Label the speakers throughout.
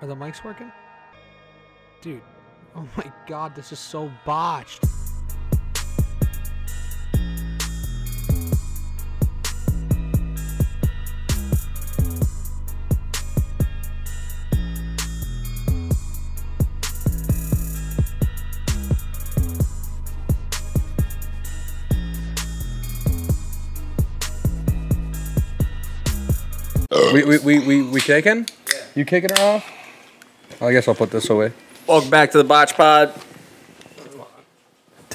Speaker 1: Are the mics working? Dude, oh my god, this is so botched.
Speaker 2: We, we, we, we, we kicking? You kicking her off? I guess I'll put this away.
Speaker 3: Welcome back to the Botch Pod.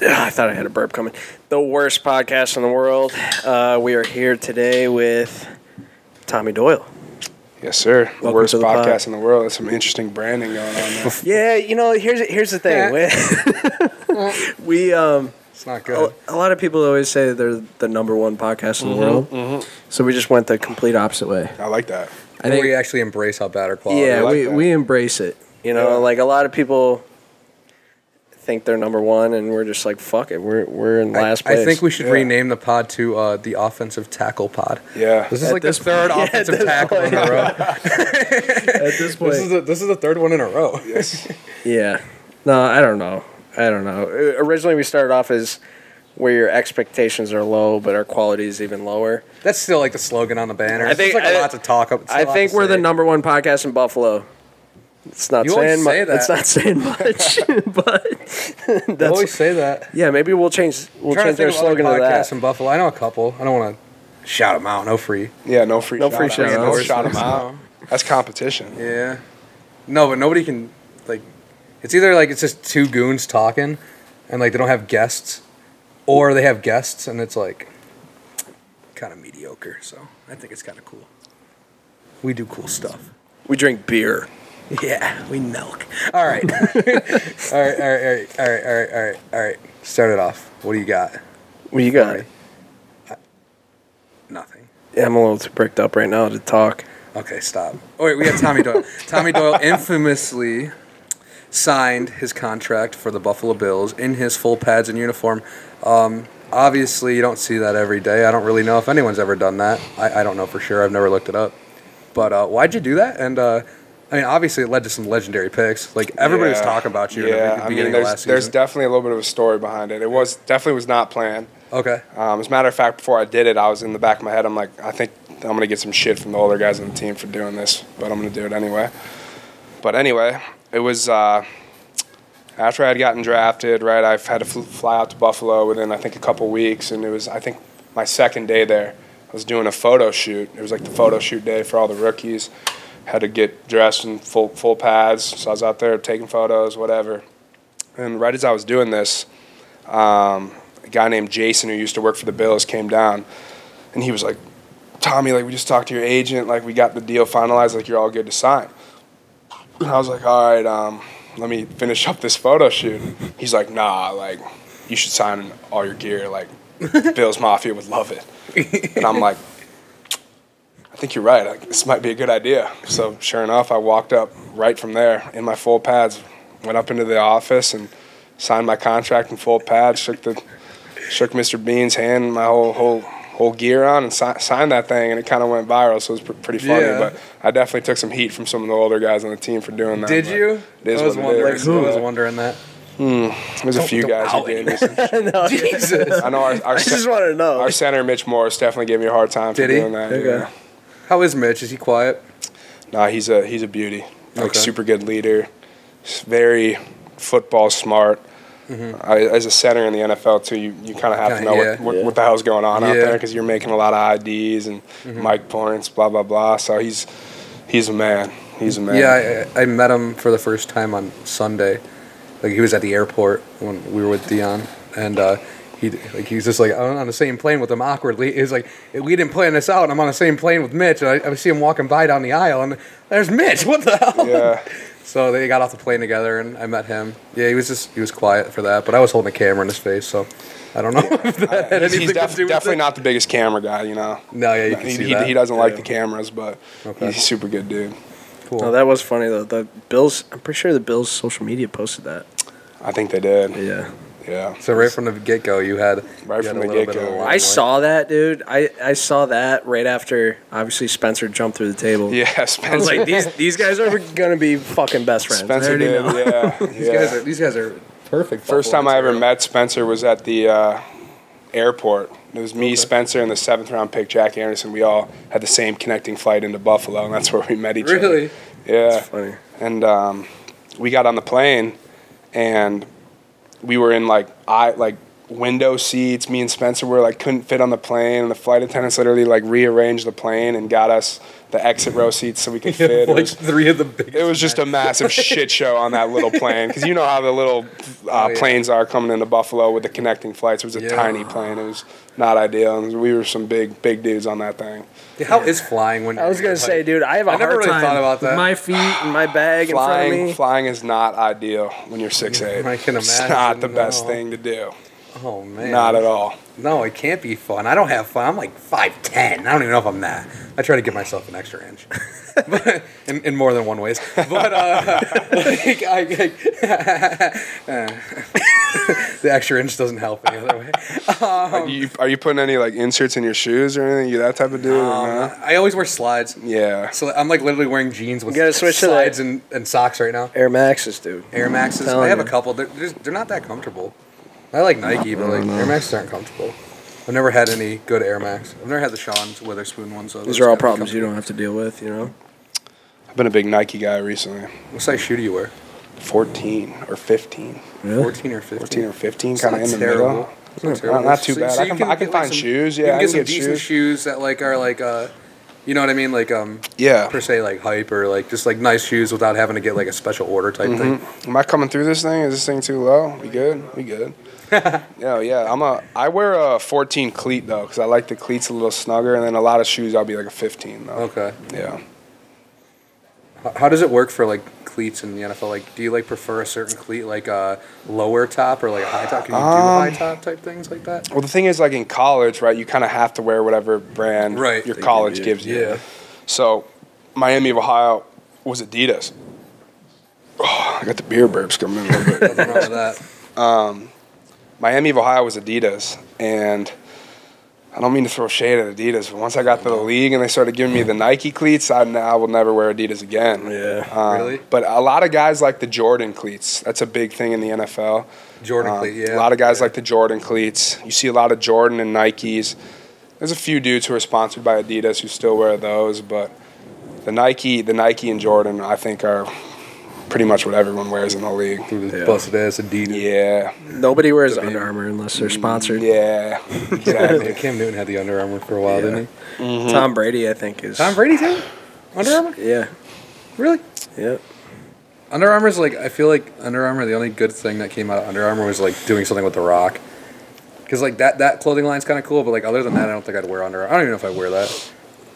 Speaker 3: Ugh, I thought I had a burp coming. The worst podcast in the world. Uh, we are here today with Tommy Doyle.
Speaker 4: Yes, sir. The
Speaker 3: Welcome
Speaker 4: worst
Speaker 3: to the pod.
Speaker 4: podcast in the world. That's some interesting branding going on there.
Speaker 3: Yeah, you know, here's here's the thing. We, we, um,
Speaker 4: it's not
Speaker 3: a,
Speaker 2: Oh,
Speaker 4: good.
Speaker 3: a lot of people always say that they're the number one podcast in the world. So we just went the complete opposite way.
Speaker 4: I like that.
Speaker 3: I
Speaker 2: we actually embrace how bad our quality
Speaker 3: yeah,
Speaker 2: is.
Speaker 4: like
Speaker 3: we,
Speaker 4: that.
Speaker 3: we embrace it. You know,
Speaker 4: Yeah.
Speaker 3: like a lot of people think they're number one, and we're just like, fuck it, we're we're in
Speaker 2: I-
Speaker 3: last
Speaker 2: I,
Speaker 3: place.
Speaker 2: think we should
Speaker 4: Yeah.
Speaker 2: rename the pod to uh, the offensive tackle pod.
Speaker 4: Yeah.
Speaker 2: This is
Speaker 3: At
Speaker 2: like
Speaker 3: this
Speaker 2: the third
Speaker 3: point- yeah,
Speaker 2: offensive
Speaker 3: at this
Speaker 2: tackle in a row.
Speaker 3: at this point.
Speaker 2: This is the, this is the third one in a row.
Speaker 4: yes.
Speaker 3: yeah. No, I don't know. I don't know. O- Originally, we started off as where your expectations are low, but our quality is even lower.
Speaker 2: That's still like the slogan on the banner.
Speaker 3: I
Speaker 2: I think
Speaker 3: think-
Speaker 2: it's like a
Speaker 3: I-
Speaker 2: lot to talk about. It's a
Speaker 3: I
Speaker 2: lot
Speaker 3: think
Speaker 2: to
Speaker 3: we're the
Speaker 2: say.
Speaker 3: number one podcast in Buffalo. It's not
Speaker 2: You always
Speaker 3: saying much.
Speaker 2: say that.
Speaker 3: It's not saying much, but
Speaker 2: I
Speaker 3: that's
Speaker 2: always say that.
Speaker 3: yeah. Maybe we'll change we'll
Speaker 2: trying to
Speaker 3: change our
Speaker 2: think of other
Speaker 3: slogan to
Speaker 2: podcasts
Speaker 3: that.
Speaker 2: in Buffalo. I know a couple. I don't want to shout them out. No free.
Speaker 4: Yeah, no free
Speaker 3: No
Speaker 4: shout
Speaker 3: free
Speaker 4: outs.
Speaker 3: shout
Speaker 4: No
Speaker 3: outs.
Speaker 4: shout 'em out. That's competition.
Speaker 2: Yeah. No, but nobody can like. It's either like it's just two goons talking, and like they don't have guests, or they have guests and it's like kind of mediocre. So I think it's kind of cool. We do cool stuff.
Speaker 3: We drink beer.
Speaker 2: Yeah, we milk. All right. all right. All right. All right. All right. All right. All right. All right. Start it off. What do you got?
Speaker 3: What you got?
Speaker 2: Nothing.
Speaker 3: Yeah, I'm a little too bricked up right now to talk.
Speaker 2: Okay, stop. Oh, wait, we have Tommy Doyle. Tommy Doyle infamously signed his contract for the Buffalo Bills in his full pads and uniform. Um, obviously, you don't see that every day. I don't really know if anyone's ever done that. I, I don't know for sure. I've never looked it up. But uh, why'd you do that? And uh, I mean, obviously, it led to some legendary picks. Like everybody was
Speaker 4: Yeah.
Speaker 2: talking about you.
Speaker 4: Yeah,
Speaker 2: in the
Speaker 4: I
Speaker 2: beginning
Speaker 4: mean,
Speaker 2: of
Speaker 4: there's,
Speaker 2: last
Speaker 4: there's
Speaker 2: season.
Speaker 4: definitely a little bit of a story behind it. It was definitely was not planned.
Speaker 2: okay.
Speaker 4: Um, as a matter of fact, before I did it, I was in the back of my head. I'm like, I think I'm gonna get some shit from the older guys on the team for doing this, but I'm gonna do it anyway. But anyway, it was uh, after I had gotten drafted. Right, I had to fl- fly out to Buffalo within I think a couple weeks, and it was I think my second day there. I was doing a photo shoot. It was like the photo shoot day for all the rookies. Had to get dressed in full full pads, so I was out there taking photos, whatever. And right as I was doing this, um, a guy named Jason who used to work for the Bills came down, and he was like, "Tommy, like we just talked to your agent, like we got the deal finalized, like you're all good to sign." And I was like, "All right, um, let me finish up this photo shoot." He's like, "Nah, like you should sign all your gear, like Bills Mafia would love it." And I'm like, "I think you're right. Like, this might be a good idea." So sure enough, I walked up right from there in my full pads, went up into the office and signed my contract in full pads, shook the shook Mr. Bean's hand, my whole whole whole gear on, and si- signed that thing, and it kind of went viral, so it was pr- pretty funny.
Speaker 2: Yeah.
Speaker 4: But I definitely took some heat from some of the older guys on the team for doing that.
Speaker 2: Did
Speaker 4: but
Speaker 2: you?
Speaker 4: It is
Speaker 2: I was
Speaker 4: what it
Speaker 2: wondering.
Speaker 4: is.
Speaker 2: I was wondering that.
Speaker 4: There's a few
Speaker 2: don't
Speaker 4: guys
Speaker 2: out
Speaker 4: who gave me some.
Speaker 3: no,
Speaker 2: Jesus.
Speaker 4: I know our, our,
Speaker 3: I
Speaker 4: cen-
Speaker 3: just want to know.
Speaker 4: our center Mitch Morris definitely gave me a hard time for
Speaker 2: Did he?
Speaker 4: doing that.
Speaker 3: Okay.
Speaker 4: yeah.
Speaker 2: How is Mitch? Is he quiet?
Speaker 4: Nah, he's a he's a beauty. Like
Speaker 2: Okay.
Speaker 4: super good leader, s- very football smart. I, as a center in the NFL too, you, you kind of have to
Speaker 2: Mm-hmm. Kinda,
Speaker 4: know
Speaker 2: yeah.
Speaker 4: what, what, what the hell's going on out
Speaker 2: Yeah. Mm-hmm.
Speaker 4: there because you're making a lot of IDs and mic points, blah blah blah. So he's he's a man. He's a man.
Speaker 2: Yeah, I, I met him for the first time on Sunday. Like he was at the airport when we were with Dion, and uh, he like he was just like on on the same plane with him awkwardly. He was like, "We didn't plan this out." And I'm on the same plane with Mitch, and I, I see him walking by down the aisle, and there's Mitch. What the hell?
Speaker 4: yeah.
Speaker 2: So they got off the plane together, and I met him. Yeah, he was just he was quiet for that, but I was holding a camera in his face, so I don't know if that had
Speaker 4: He's,
Speaker 2: anything
Speaker 4: he's def-
Speaker 2: to do with
Speaker 4: definitely
Speaker 2: it.
Speaker 4: not the biggest camera guy, you know.
Speaker 2: No, yeah, you can
Speaker 4: He,
Speaker 2: see
Speaker 4: he,
Speaker 2: that.
Speaker 4: he doesn't like
Speaker 3: Yeah.
Speaker 4: the cameras, but
Speaker 2: Okay.
Speaker 4: he's a super good dude.
Speaker 2: Cool.
Speaker 3: No, that was funny though. The Bills, I'm pretty sure the Bills' social media posted that.
Speaker 4: I think they did.
Speaker 3: Yeah,
Speaker 4: Yeah.
Speaker 2: So right from the get go, you had
Speaker 4: Right
Speaker 2: you had
Speaker 4: from
Speaker 2: a
Speaker 4: the
Speaker 2: little bit
Speaker 4: get-go.
Speaker 2: of a
Speaker 4: Right,
Speaker 3: I
Speaker 2: limelight.
Speaker 3: saw that, dude. I, I saw that right after obviously Spencer jumped through the table.
Speaker 4: yeah,
Speaker 3: I was
Speaker 4: Spencer.
Speaker 3: like, these these guys are gonna be fucking best friends. I
Speaker 4: Spencer
Speaker 3: already
Speaker 4: did.
Speaker 3: know.
Speaker 4: Yeah.
Speaker 2: These
Speaker 4: yeah.
Speaker 2: guys are these guys are perfect.
Speaker 4: First
Speaker 2: Buffalo
Speaker 4: time I ever
Speaker 2: Bills.
Speaker 4: met Spencer was at the uh, airport. It was me, Spencer, and the seventh round pick, Jack Anderson. We all had the same connecting flight into Buffalo, and that's where we met each
Speaker 2: Really?
Speaker 4: other. Yeah.
Speaker 3: Funny.
Speaker 4: And um, we got on the plane, and we were in like I like window seats. Me and Spencer were like couldn't fit on the plane, and the flight attendants literally like rearranged the plane and got us the exit row seats so we could fit. It
Speaker 2: like
Speaker 4: was-
Speaker 2: three of the biggest.
Speaker 4: it was just a massive shit show on that little plane because you know how the little
Speaker 2: Oh,
Speaker 4: uh,
Speaker 2: yeah.
Speaker 4: planes are coming into Buffalo with the connecting flights. It was a
Speaker 2: Yeah.
Speaker 4: tiny plane. It was not ideal. And we were some big, big dudes on that thing.
Speaker 2: How is flying when
Speaker 3: I was
Speaker 2: you're,
Speaker 3: gonna say,
Speaker 2: like-
Speaker 3: dude, I have a
Speaker 2: I never
Speaker 3: hard
Speaker 2: really
Speaker 3: time
Speaker 2: thought about
Speaker 3: with
Speaker 2: that.
Speaker 3: my feet and my bag in front of
Speaker 4: Flying,
Speaker 3: me.
Speaker 4: flying is not ideal when you're six eight.
Speaker 2: I can
Speaker 4: It's
Speaker 2: imagine,
Speaker 4: not the best
Speaker 2: no.
Speaker 4: thing to do.
Speaker 2: Oh man,
Speaker 4: Not at all.
Speaker 2: No, it can't be fun. I don't have fun. I'm like five ten. I don't even know if I'm that. I try to give myself an extra inch, but in, in more than one ways. But uh, like, I, I- the extra inch doesn't help any other way. Um,
Speaker 4: Are you, are you putting any like inserts in your shoes or anything? You that type of dude? or no?
Speaker 2: I always wear slides.
Speaker 4: Yeah.
Speaker 2: So I'm like literally wearing jeans with
Speaker 3: You gotta switch to the-
Speaker 2: slides and, and socks right now.
Speaker 3: Air Maxes, dude.
Speaker 2: Air Maxes.
Speaker 3: telling
Speaker 2: I have a
Speaker 3: you.
Speaker 2: couple. They're, they're, just- they're not that comfortable. I like Nike, but like Air Maxes aren't comfortable. I've never had any good Air Max. I've never had the Sean's Witherspoon ones. So
Speaker 3: These are all problems you don't have to deal with, you know.
Speaker 4: I've been a big Nike guy recently.
Speaker 2: What size shoe do you wear?
Speaker 4: 14 or 15.
Speaker 3: Really?
Speaker 2: 14 or 15?
Speaker 4: 14 or 15,
Speaker 2: It's
Speaker 4: kind of
Speaker 2: not
Speaker 4: in the middle.
Speaker 2: terrible. It's
Speaker 4: Not- not too bad. I can- I can
Speaker 2: get, like,
Speaker 4: find shoes.
Speaker 2: you
Speaker 4: Yeah,
Speaker 2: can
Speaker 4: I
Speaker 2: get
Speaker 4: can
Speaker 2: some
Speaker 4: get
Speaker 2: decent
Speaker 4: shoes.
Speaker 2: shoes. that like are like uh, you know what I mean, like um,
Speaker 4: Yeah.
Speaker 2: per se like hype or like just like nice shoes without having to get like a special order type thing.
Speaker 4: Am I coming through this thing? Is this thing too low? We good? We good. yeah, yeah. I'm a. I wear a 14 cleat though, because I like the cleats a little snugger, and then a lot of shoes I'll be like a 15 though.
Speaker 2: Okay.
Speaker 4: Yeah.
Speaker 2: H- How does it work for like cleats in the NFL? Like, do you like prefer a certain cleat, like a lower top or like a high top? Can you do high top type things like that?
Speaker 4: Well, the thing is, like in college, right? You kind of have to wear whatever brand
Speaker 2: Right.
Speaker 4: your
Speaker 2: They give
Speaker 4: college
Speaker 3: you.
Speaker 4: gives you. So, Miami of Ohio was Adidas. Oh, I got the beer burps coming in a little bit.
Speaker 2: Nothing wrong with that.
Speaker 4: Miami of Ohio was Adidas, and I don't mean to throw shade at Adidas, but once I got to the league and they started giving me the Nike cleats, I now will never wear Adidas again.
Speaker 3: Yeah.
Speaker 4: Um,
Speaker 2: Really?
Speaker 4: But a lot of guys like the Jordan cleats. That's a big thing in the NFL.
Speaker 2: Jordan
Speaker 4: Um,
Speaker 2: cleat, Uh, yeah.
Speaker 4: A lot of guys
Speaker 2: Yeah.
Speaker 4: like the Jordan cleats. You see a lot of Jordan and Nikes. There's a few dudes who are sponsored by Adidas who still wear those, but the Nike, the Nike and Jordan, I think are pretty much what everyone wears in the league.
Speaker 3: Yeah.
Speaker 2: busted ass Adidas.
Speaker 4: Yeah,
Speaker 3: Nobody wears Under Armour unless they're
Speaker 2: Mm-hmm.
Speaker 3: sponsored.
Speaker 4: yeah, exactly.
Speaker 2: Yeah, Cam Newton had the Under Armour for a while,
Speaker 3: Yeah.
Speaker 2: didn't he?
Speaker 3: Tom Brady, I think, is.
Speaker 2: Tom Brady too? Under Armour?
Speaker 3: Yeah.
Speaker 2: Really?
Speaker 3: Yeah.
Speaker 2: Under Armour's like I feel like Under Armour. The only good thing that came out of Under Armour was like doing something with The Rock. Cause like that that clothing line's kind of cool, but like other than that, I don't think I'd wear Under. Armour. I don't even know if I wear that.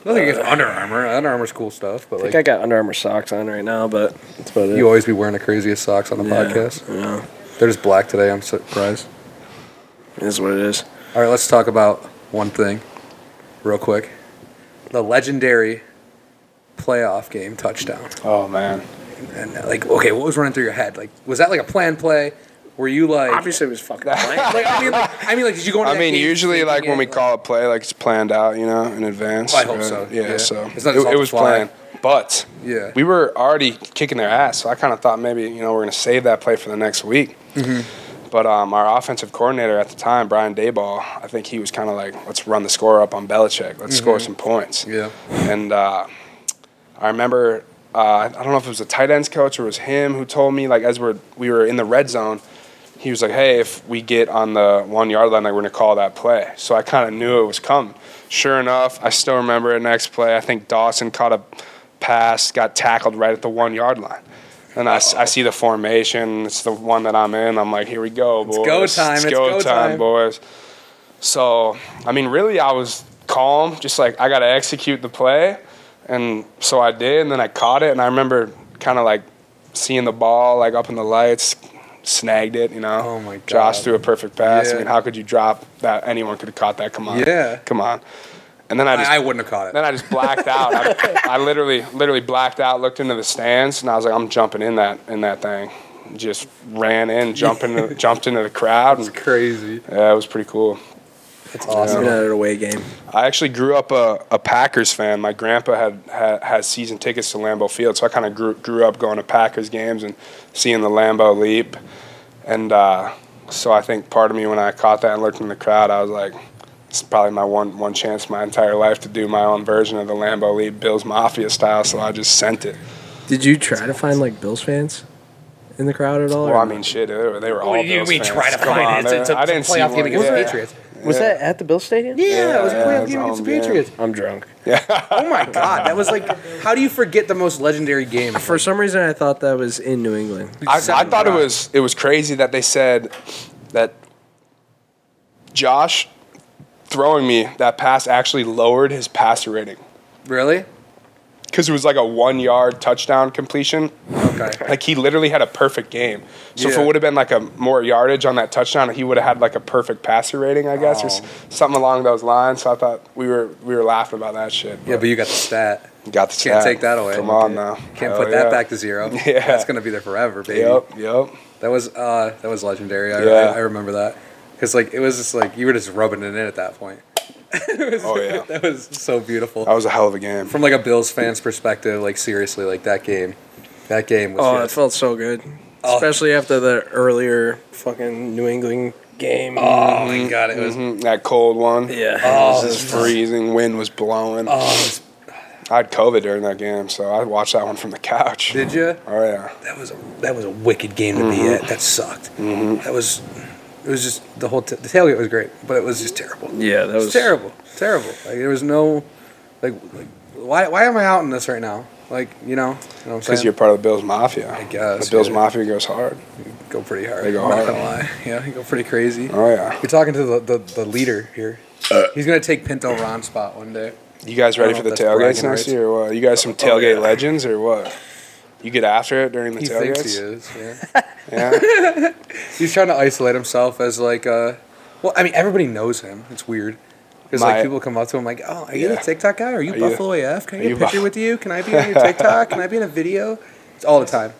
Speaker 2: Nothing against Under Armour. Under Armour's cool stuff, but
Speaker 3: I think
Speaker 2: like
Speaker 3: I got Under Armour socks on right now, but that's about it.
Speaker 2: you always be wearing the craziest socks on the
Speaker 3: Yeah,
Speaker 2: podcast.
Speaker 3: Yeah.
Speaker 2: They're just black today. I'm surprised.
Speaker 3: It is what it is.
Speaker 2: All right, let's talk about one thing, real quick. The legendary playoff game touchdown.
Speaker 4: Oh man.
Speaker 2: And uh, like, okay, what was running through your head? Like, was that like a planned play? Were you like?
Speaker 3: Obviously, it was fucking blank.
Speaker 2: like, I mean, like, I mean, like, did you go? Into
Speaker 4: I
Speaker 2: that
Speaker 4: mean,
Speaker 2: game
Speaker 4: usually,
Speaker 2: thinking
Speaker 4: like when
Speaker 2: it,
Speaker 4: we call a play, like it's planned out, you know, in advance.
Speaker 2: I hope
Speaker 4: but-
Speaker 2: so,
Speaker 4: Yeah,
Speaker 2: yeah.
Speaker 4: so
Speaker 2: It's not
Speaker 4: it,
Speaker 2: just off
Speaker 4: it
Speaker 2: the
Speaker 4: was
Speaker 2: fly.
Speaker 4: planned, but
Speaker 2: Yeah.
Speaker 4: we were already kicking their ass. So I kind of thought maybe you know we're gonna save that play for the next week.
Speaker 2: Mm-hmm.
Speaker 4: But um, our offensive coordinator at the time, Brian Dayball, I think he was kind of like, let's run the score up on Belichick. Let's score some points.
Speaker 2: Mm-hmm. Yeah.
Speaker 4: And uh, I remember, uh, I don't know if it was the tight ends coach or it was him who told me, like, as we're, we were in the red zone, he was like, hey, if we get on the one yard line, like, we're going to call that play. So I kind of knew it was coming. Sure enough, I still remember it next play. I think Dawson caught a pass, got tackled right at the one yard line. And I, s- I see the formation. It's the one that I'm in. I'm like, here we go, boys.
Speaker 2: go time. It's go time.
Speaker 4: boys. So, I mean, really, I was calm, just like, I got to execute the play. And so I did, and then I caught it, and I remember kind of like seeing the ball like up in the lights, snagged it, you know.
Speaker 2: Oh, my God.
Speaker 4: Josh threw a perfect pass.
Speaker 2: Yeah.
Speaker 4: I mean, how could you drop that? Anyone could have caught that. Come on.
Speaker 2: Yeah.
Speaker 4: Come on. And then I just
Speaker 2: I, I wouldn't have caught
Speaker 4: then
Speaker 2: it.
Speaker 4: I just blacked out. I, I literally, literally blacked out. Looked into the stands, and I was like, I'm jumping in that in that thing. just ran in, jumped into, jumped into the crowd.
Speaker 2: It's
Speaker 4: And,
Speaker 2: crazy.
Speaker 4: yeah, it was pretty cool.
Speaker 2: That's awesome.
Speaker 3: Even at an away game.
Speaker 4: I actually grew up a, a Packers fan. My grandpa had, had had season tickets to Lambeau Field, so I kind of grew, grew up going to Packers games and seeing the Lambeau leap. And uh, so I think part of me, when I caught that and looked in the crowd, I was like, "It's probably my one one chance my entire life to do my own version of the Lambeau leap, Bills Mafia style." So I just sent it.
Speaker 3: Did you try to find like Bills fans in the crowd at all?
Speaker 4: Well,
Speaker 3: or
Speaker 4: I
Speaker 3: no?
Speaker 4: mean, shit, they were, they were all.
Speaker 1: What do you
Speaker 4: Bills
Speaker 1: mean
Speaker 4: fans.
Speaker 1: try to
Speaker 4: Come
Speaker 1: find it?
Speaker 4: on,
Speaker 1: It's-
Speaker 4: man.
Speaker 1: it's a
Speaker 4: I didn't see
Speaker 1: playoff
Speaker 4: one.
Speaker 1: game against
Speaker 4: Yeah.
Speaker 1: the Patriots.
Speaker 3: was that at the Bills Stadium?
Speaker 1: Yeah, it was a
Speaker 4: Yeah,
Speaker 1: playoff
Speaker 4: it was
Speaker 1: game against the
Speaker 4: home game.
Speaker 1: Patriots.
Speaker 3: I'm drunk.
Speaker 2: Oh my god, that was like, how do you forget the most legendary game?
Speaker 3: For some reason, I thought that was in New England.
Speaker 4: I, I
Speaker 2: Seven
Speaker 4: thought it
Speaker 2: drives.
Speaker 4: was it was crazy that they said that Josh throwing me that pass actually lowered his passer rating
Speaker 2: really?
Speaker 4: because it was like a one yard touchdown completion.
Speaker 2: Okay.
Speaker 4: Like he literally had a perfect game. So if
Speaker 2: Yeah.
Speaker 4: it would have been like a more yardage on that touchdown, he would have had like a perfect passer rating, I guess, or s-
Speaker 2: Oh.
Speaker 4: something along those lines. So I thought we were we were laughing about that shit.
Speaker 2: Yeah, but you got the stat.
Speaker 4: you got the
Speaker 2: Can't
Speaker 4: stat.
Speaker 2: take that away.
Speaker 4: Come on now.
Speaker 2: Can't
Speaker 4: Hell
Speaker 2: put that
Speaker 4: yeah.
Speaker 2: back to zero.
Speaker 4: Yeah.
Speaker 2: That's gonna be there forever, baby.
Speaker 4: Yep, yep.
Speaker 2: That was uh, that was legendary. I,
Speaker 4: Yeah.
Speaker 2: I, I remember that because like it was just like you were just rubbing it in at that point. It was-
Speaker 4: Oh, yeah.
Speaker 2: that was so beautiful.
Speaker 4: That was a hell of a game.
Speaker 2: From like a Bills fan's perspective, like seriously, like that game, that game was.
Speaker 3: Oh, it
Speaker 2: just-
Speaker 3: felt so good,
Speaker 2: Oh.
Speaker 3: especially after the earlier fucking New England game.
Speaker 2: oh my god, it was.
Speaker 4: Mhm, That cold one.
Speaker 3: yeah,
Speaker 2: Oh,
Speaker 3: It was
Speaker 4: It
Speaker 3: just-
Speaker 4: was freezing. Wind was blowing.
Speaker 2: Oh, it was-
Speaker 4: I had COVID during that game, so I watched that one from the couch.
Speaker 2: did you?
Speaker 4: Oh yeah.
Speaker 2: That was a that was a wicked game to be
Speaker 4: Mm-hmm.
Speaker 2: at. That sucked. That was. It was just the whole t- the tailgate was great, but it was just terrible.
Speaker 3: yeah, that
Speaker 2: It
Speaker 3: was,
Speaker 2: was terrible, terrible. Like there was no, like, like why why am I out in this right now? Like you know, you know what I'm saying?
Speaker 4: Because you're part of the Bills Mafia.
Speaker 2: I guess,
Speaker 4: The Bills
Speaker 2: yeah.
Speaker 4: Mafia goes hard.
Speaker 2: go pretty hard.
Speaker 4: They go
Speaker 2: I'm
Speaker 4: hard.
Speaker 2: Not gonna lie. Yeah, you go pretty crazy.
Speaker 4: Oh yeah.
Speaker 2: We're talking to the, the, the leader here. He's gonna take Pinto Ron spot one day.
Speaker 4: You guys ready
Speaker 2: I
Speaker 4: for
Speaker 2: don't
Speaker 4: the
Speaker 2: know if that's bragging
Speaker 4: tailgates next
Speaker 2: rights. Oh,
Speaker 4: year or what? You guys some tailgate legends or what? You get after it during the
Speaker 2: He thinks
Speaker 4: tailgates?
Speaker 2: he is. Yeah.
Speaker 4: Yeah.
Speaker 2: He's trying to isolate himself as like uh well, I mean everybody knows him. It's weird. Because like
Speaker 4: My-
Speaker 2: people come up to him like, oh, are you
Speaker 4: Yeah.
Speaker 2: the TikTok guy? Are you
Speaker 4: Are you-
Speaker 2: Buffalo AF? Can I
Speaker 4: are
Speaker 2: get
Speaker 4: you
Speaker 2: a picture
Speaker 4: Buff-
Speaker 2: with you? Can I be on your TikTok? Can I be in a video? It's all the time.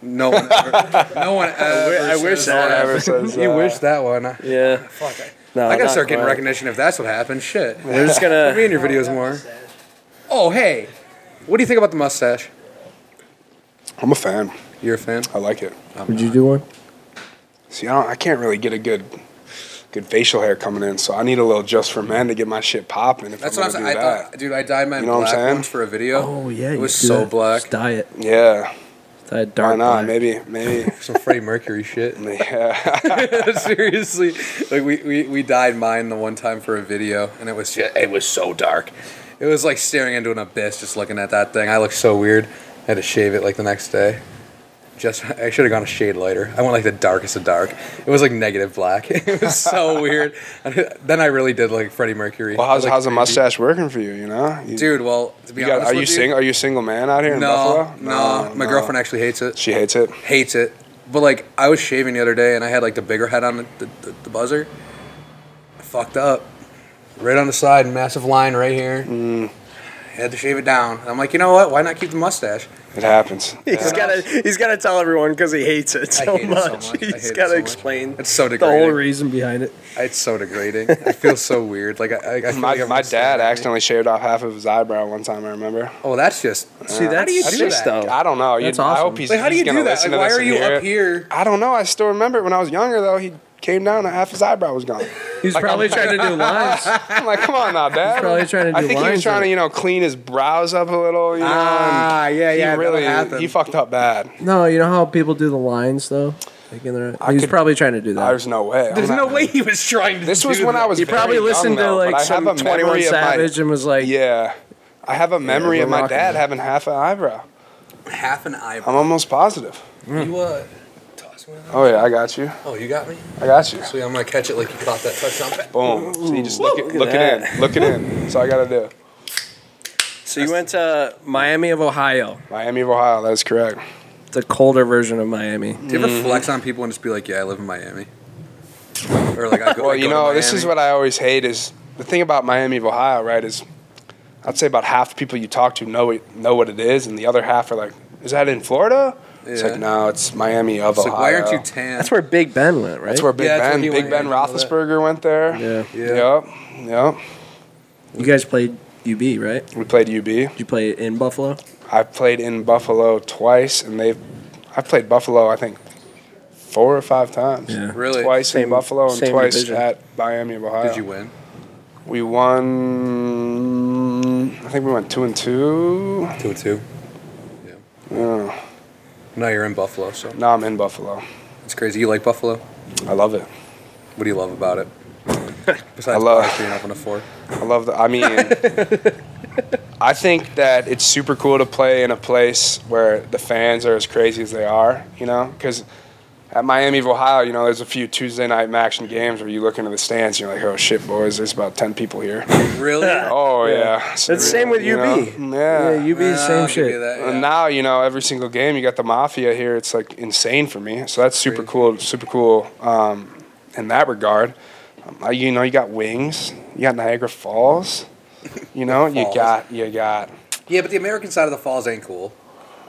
Speaker 2: No one ever. No one ever.
Speaker 3: I wish
Speaker 2: says
Speaker 3: that
Speaker 4: ever says uh,
Speaker 2: You
Speaker 4: that.
Speaker 2: wish that one. I-
Speaker 3: Yeah,
Speaker 2: Fuck. I,
Speaker 3: no,
Speaker 2: I gotta
Speaker 3: not
Speaker 2: start getting
Speaker 3: quite.
Speaker 2: recognition if that's what happened. Shit.
Speaker 3: They're just
Speaker 2: Put me
Speaker 3: gonna.
Speaker 2: in your videos more. Oh hey, what do you think about the mustache?
Speaker 4: I'm a fan.
Speaker 2: You're a fan.
Speaker 4: I like it.
Speaker 3: Would you do one?
Speaker 4: See, I, don't, I can't really get a good good facial hair coming in, so I need a little just for men to get my shit popping. If
Speaker 2: That's
Speaker 4: I'm
Speaker 2: what I'm
Speaker 4: gonna
Speaker 2: saying. I
Speaker 4: do that.
Speaker 2: thought, dude, I dyed mine
Speaker 4: You know what
Speaker 2: black
Speaker 4: I'm saying?
Speaker 2: once for a video.
Speaker 3: Oh yeah,
Speaker 2: it
Speaker 3: you
Speaker 2: was
Speaker 3: could do
Speaker 2: so
Speaker 3: that.
Speaker 2: black.
Speaker 3: Just dye it.
Speaker 4: yeah.
Speaker 3: Dye it dark.
Speaker 4: Why not?
Speaker 3: black.
Speaker 4: Maybe maybe
Speaker 2: Some Freddie Mercury shit.
Speaker 4: yeah.
Speaker 2: Seriously, like we, we we dyed mine the one time for a video, and it was just, it was so dark. It was like staring into an abyss, just looking at that thing. I looked so weird. I had to shave it like the next day. Just I should have gone a shade lighter. I went like the darkest of dark. It was like negative black. It was so weird. And then I really did like Freddie Mercury.
Speaker 4: Well,
Speaker 2: I was,
Speaker 4: how's,
Speaker 2: like,
Speaker 4: how's a
Speaker 2: creepy.
Speaker 4: mustache working for you? You know, you,
Speaker 2: dude? Well, to be
Speaker 4: You got,
Speaker 2: honest
Speaker 4: are you
Speaker 2: with
Speaker 4: single? Are you a single man out here in
Speaker 2: No,
Speaker 4: Buffalo?
Speaker 2: no, My girlfriend actually hates it.
Speaker 4: She hates it.
Speaker 2: hates it. But like I was shaving the other day and I had like the bigger head on the, the, the, the buzzer. I fucked up. Right on the side, massive line right here.
Speaker 4: Mm.
Speaker 2: Had to shave it down. And I'm like, you know what? Why not keep the mustache?
Speaker 4: It happens.
Speaker 3: He's gotta. He's gotta tell everyone because he hates it so,
Speaker 2: I hate it so
Speaker 3: much.
Speaker 2: much. I hate
Speaker 3: He's
Speaker 2: it
Speaker 3: gotta
Speaker 2: so much.
Speaker 3: explain
Speaker 2: It's so
Speaker 3: the whole
Speaker 2: degrading.
Speaker 3: reason behind it.
Speaker 2: it's so degrading. I feel so weird. Like I, I, I feel
Speaker 4: My,
Speaker 2: like I'm
Speaker 4: my
Speaker 2: just staring
Speaker 4: dad
Speaker 2: at me.
Speaker 4: accidentally shaved off half of his eyebrow one time. I remember.
Speaker 2: Oh, that's just.
Speaker 3: See, that's
Speaker 2: how do you do
Speaker 3: sick,
Speaker 2: that?
Speaker 3: though.
Speaker 4: I don't know. You-
Speaker 3: That's
Speaker 4: I
Speaker 3: awesome.
Speaker 4: hope he's,
Speaker 2: Like, how do
Speaker 4: he's
Speaker 2: you
Speaker 4: gonna
Speaker 2: do that?
Speaker 4: listen
Speaker 2: Like,
Speaker 4: to
Speaker 2: why
Speaker 4: this
Speaker 2: are
Speaker 4: and
Speaker 2: you
Speaker 4: hear
Speaker 2: up
Speaker 4: it.
Speaker 2: here?
Speaker 4: I don't know. I still remember it when I was younger though. He came down and half his eyebrow was gone.
Speaker 3: He's probably trying to do lines.
Speaker 4: I'm like, come on now, dad.
Speaker 3: probably trying to
Speaker 4: I
Speaker 3: do
Speaker 4: think he was
Speaker 3: lines
Speaker 4: trying
Speaker 3: with
Speaker 4: to
Speaker 3: it.
Speaker 4: you know clean his brows up a little. You know, and
Speaker 2: Ah, yeah,
Speaker 4: he
Speaker 2: yeah.
Speaker 4: really he fucked up bad.
Speaker 3: No, you know how people do the lines though. Like in their,
Speaker 4: I
Speaker 3: he's
Speaker 4: could-
Speaker 3: probably trying to do that.
Speaker 4: There's no way. I'm
Speaker 2: There's
Speaker 4: not-
Speaker 2: no way he was trying to.
Speaker 4: This was
Speaker 2: do
Speaker 4: when
Speaker 2: that.
Speaker 4: I was.
Speaker 3: he probably
Speaker 4: very
Speaker 3: listened
Speaker 4: young,
Speaker 3: to
Speaker 4: though, but
Speaker 3: like
Speaker 4: I
Speaker 3: some
Speaker 4: have a
Speaker 3: Twenty One
Speaker 4: memory of my-
Speaker 3: Savage and was like,
Speaker 4: Yeah. I have a memory
Speaker 3: we're
Speaker 4: of my
Speaker 3: rocking
Speaker 4: dad
Speaker 3: it.
Speaker 4: having half an eyebrow.
Speaker 2: half an
Speaker 4: I'm
Speaker 2: eyebrow.
Speaker 4: almost positive.
Speaker 2: You uh, toss one. out?
Speaker 4: Oh yeah, I got you.
Speaker 2: Oh, you got me.
Speaker 4: I got you.
Speaker 2: So yeah, I'm gonna catch it like you caught that touchdown pass.
Speaker 4: Boom. So you just look it,
Speaker 3: at
Speaker 4: look it
Speaker 3: that.
Speaker 4: in. Look it in. So I gotta do.
Speaker 3: So you went to Miami of Ohio,
Speaker 4: Miami of Ohio, that's correct.
Speaker 3: the colder version of Miami.
Speaker 2: Do
Speaker 4: Mm-hmm.
Speaker 2: you ever flex on people and just be like, "Yeah, I live in Miami," or like, I go,
Speaker 4: Well, you know, this is what I always hate is the thing about Miami of Ohio, right, is I'd say about half the people you talk to know it, know what it is and the other half are like, Is that in Florida? It's
Speaker 2: Yeah.
Speaker 4: like no, it's Miami of
Speaker 2: It's like,
Speaker 4: Ohio.
Speaker 2: why aren't you tan?
Speaker 3: That's where Big Ben went, right?
Speaker 4: That's where Big
Speaker 2: Yeah, that's
Speaker 4: Ben,
Speaker 2: where he
Speaker 4: Big
Speaker 2: went.
Speaker 4: Ben
Speaker 2: Yeah, I know that.
Speaker 4: Roethlisberger went there.
Speaker 3: Yeah.
Speaker 2: Yeah.
Speaker 4: Yep. Yep.
Speaker 3: You guys played UB, right? Did
Speaker 4: We played UB.
Speaker 3: you play in Buffalo?
Speaker 4: I played in Buffalo twice, and they, I played Buffalo I think four or five times.
Speaker 3: Yeah.
Speaker 2: Really?
Speaker 4: Twice
Speaker 3: Same-
Speaker 4: in Buffalo and
Speaker 3: same
Speaker 4: twice
Speaker 3: division.
Speaker 4: at Miami of Ohio.
Speaker 2: Did you win?
Speaker 4: We won. I think we went two and two.
Speaker 2: Two and two.
Speaker 4: No,
Speaker 2: Now you're in Buffalo, so
Speaker 4: now I'm in Buffalo.
Speaker 2: it's crazy. You like Buffalo?
Speaker 4: I love it.
Speaker 2: What do you love about it? Besides
Speaker 4: love-
Speaker 2: probably being up on a four.
Speaker 4: I love the. I mean, I think that it's super cool to play in a place where the fans are as crazy as they are. You know, because at Miami of Ohio, you know, there's a few Tuesday night action games where you look into the stands, and you're like, oh shit, boys, there's about ten people here.
Speaker 2: Really?
Speaker 4: oh yeah.
Speaker 3: It's same with
Speaker 4: You
Speaker 3: UB.
Speaker 4: know? Yeah.
Speaker 3: UB
Speaker 2: Nah,
Speaker 3: 's same
Speaker 2: I'll give you
Speaker 3: shit.
Speaker 2: that, yeah.
Speaker 4: And now you know every single game you got the mafia here. It's like insane for me. So that's super cool. Super cool um, in that regard. Um, I- you know you got wings. You got Niagara Falls. You know you
Speaker 2: Falls.
Speaker 4: got you got.
Speaker 2: Yeah, but the American side of the falls ain't cool.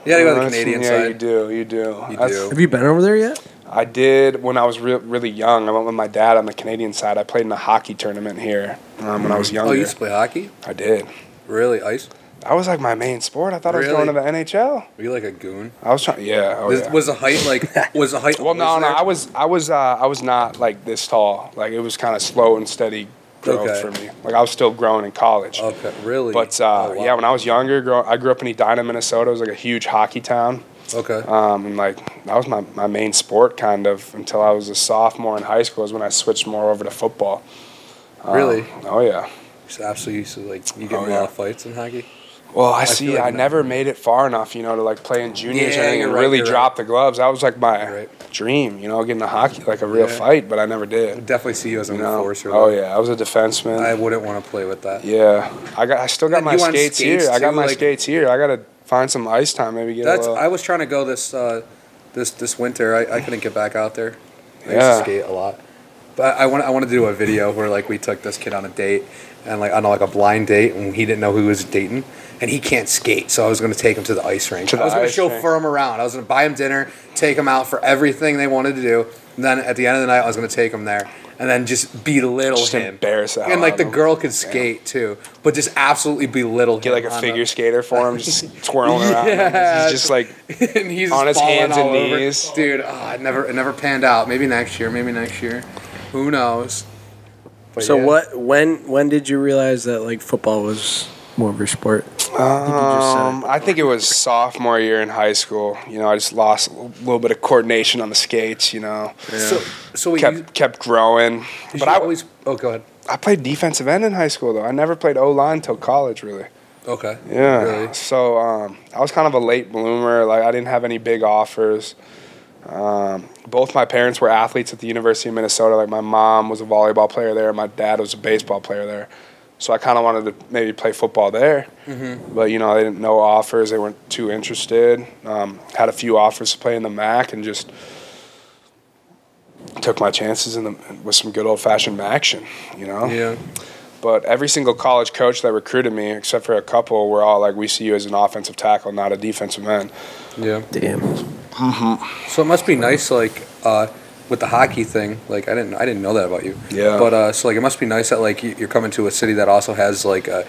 Speaker 2: You gotta go to the
Speaker 4: Honestly,
Speaker 2: Canadian
Speaker 4: yeah,
Speaker 2: side.
Speaker 4: you do. You do.
Speaker 2: You
Speaker 4: That's-
Speaker 2: do.
Speaker 3: Have you been over there yet?
Speaker 4: I did when I was re- really young. I went with my dad on the Canadian side. I played in a hockey tournament here um, when I was younger.
Speaker 2: Oh, you used to play hockey?
Speaker 4: I did.
Speaker 2: Really? Ice?
Speaker 4: That was like my main sport. I thought I
Speaker 2: Really?
Speaker 4: was going to the NHL.
Speaker 2: Were you like a goon?
Speaker 4: I was trying. Yeah. Oh,
Speaker 2: was,
Speaker 4: yeah.
Speaker 2: was the height like? Was the height?
Speaker 4: Well, no,
Speaker 2: always
Speaker 4: no,
Speaker 2: there?
Speaker 4: I was, I was, uh, I was not like this tall. Like it was kind of slow and steady growth
Speaker 2: Okay.
Speaker 4: for me. Like I was still growing in college.
Speaker 2: Okay, really.
Speaker 4: But uh,
Speaker 2: Oh, wow.
Speaker 4: yeah, when I was younger, grow, I grew up in Edina, Minnesota. It was like a huge hockey town.
Speaker 2: okay,
Speaker 4: Um, and like that was my, my main sport kind of until I was a sophomore in high school is when I switched more over to football.
Speaker 2: really,
Speaker 4: Oh yeah.
Speaker 2: just absolutely used to like you get
Speaker 4: Oh,
Speaker 2: in a
Speaker 4: yeah.
Speaker 2: lot of fights in hockey.
Speaker 4: Well, I, see.
Speaker 2: feel like
Speaker 4: I
Speaker 2: no.
Speaker 4: never made it far enough, you know, to like play in juniors
Speaker 2: Yeah,
Speaker 4: or anything
Speaker 2: you're
Speaker 4: and
Speaker 2: right,
Speaker 4: really
Speaker 2: you're
Speaker 4: drop the gloves. That was like my
Speaker 2: You're right.
Speaker 4: dream, you know, getting a hockey, like a real
Speaker 2: Yeah.
Speaker 4: fight, but I never did.
Speaker 2: I definitely see you as an
Speaker 4: You know?
Speaker 2: enforcer.
Speaker 4: Oh
Speaker 2: though.
Speaker 4: yeah, I was a defenseman.
Speaker 2: I wouldn't want to play with that.
Speaker 4: yeah, I got. I still got
Speaker 2: And
Speaker 4: my
Speaker 2: you want
Speaker 4: skates,
Speaker 2: skates
Speaker 4: here. I got
Speaker 2: too,
Speaker 4: my
Speaker 2: like-
Speaker 4: skates here. I gotta find some ice time. Maybe get
Speaker 2: That's.
Speaker 4: a little.
Speaker 2: I was trying to go this uh, this this winter. I, I couldn't get back out there. I used
Speaker 4: Yeah.
Speaker 2: to skate a lot, but I want I want to do a video where like we took this kid on a date and like on like a blind date and he didn't know who he was dating and he can't skate, so I was going to take him to the ice rink.
Speaker 4: To the
Speaker 2: I was going to
Speaker 4: ice
Speaker 2: chauffeur him around. I was going to buy him dinner, take him out for everything they wanted to do. And then at the end of the night, I was going to take him there and then just belittle
Speaker 4: Just
Speaker 2: him.
Speaker 4: embarrass the hell
Speaker 2: and like
Speaker 4: out
Speaker 2: the
Speaker 4: of him.
Speaker 2: girl could skate too, but just absolutely belittle
Speaker 4: get
Speaker 2: him.
Speaker 4: like a
Speaker 2: on
Speaker 4: figure skator for him, just twirling around.
Speaker 2: Yeah.
Speaker 4: He's just like
Speaker 2: and he's
Speaker 4: On his
Speaker 2: falling
Speaker 4: hands and
Speaker 2: all over.
Speaker 4: knees.
Speaker 2: Dude, ah, it never it never panned out. Maybe next year. Maybe next year. Who knows? But
Speaker 3: So
Speaker 2: yeah.
Speaker 3: what? When? When did you realize that like football was more of your sport? just said it.
Speaker 4: Um, I think it was sophomore year in high school. You know, I just lost a little bit of coordination on the skates. You know,
Speaker 2: So so wait,
Speaker 4: kept
Speaker 2: you, did
Speaker 4: kept growing.
Speaker 2: you
Speaker 4: But I
Speaker 2: always oh go ahead.
Speaker 4: I played defensive end in high school though. I never played O line till college really.
Speaker 2: Okay.
Speaker 4: Yeah.
Speaker 2: Really?
Speaker 4: So um, I was kind of a late bloomer. Like I didn't have any big offers. Um, both my parents were athletes at the University of Minnesota. Like my mom was a volleyball player there. My dad was a baseball player there. So I kind of wanted to maybe play football there.
Speaker 2: Mm-hmm.
Speaker 4: But you know they didn't know offers. They weren't too interested. Um, had a few offers to play in the MAC and just took my chances in the with some good old fashioned action. You know.
Speaker 2: Yeah.
Speaker 4: But every single college coach that recruited me, except for a couple, were all like, "We see you as an offensive tackle, not a defensive end."
Speaker 2: Yeah.
Speaker 3: Damn.
Speaker 2: So it must be nice like uh with the hockey thing, like I didn't, I didn't know that about you.
Speaker 4: Yeah.
Speaker 2: But uh, so like, it must be nice that like you- you're coming to a city that also has like a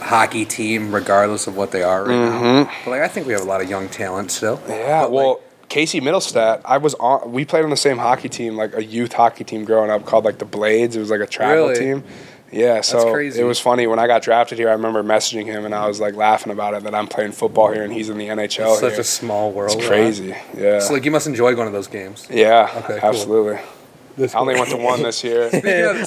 Speaker 2: hockey team, regardless of what they are right now. But like, I think we have a lot of young talent still.
Speaker 4: Mm-hmm. Yeah.
Speaker 2: But,
Speaker 4: well, Casey Middlestat, I was on. We played on the same hockey team, like a youth hockey team growing up, called like the Blades. It was like a travel
Speaker 2: Really?
Speaker 4: team. Yeah. So
Speaker 2: crazy.
Speaker 4: it was funny when I got drafted here. I remember messaging him and I was like laughing about it that I'm playing football here and he's in the NHL.
Speaker 2: it's such
Speaker 4: here.
Speaker 2: a small world.
Speaker 4: oh, it's
Speaker 2: huh?
Speaker 4: crazy. Yeah.
Speaker 2: So like, you must enjoy going to those games.
Speaker 4: yeah.
Speaker 2: Okay, cool.
Speaker 4: absolutely. I only went to one this year.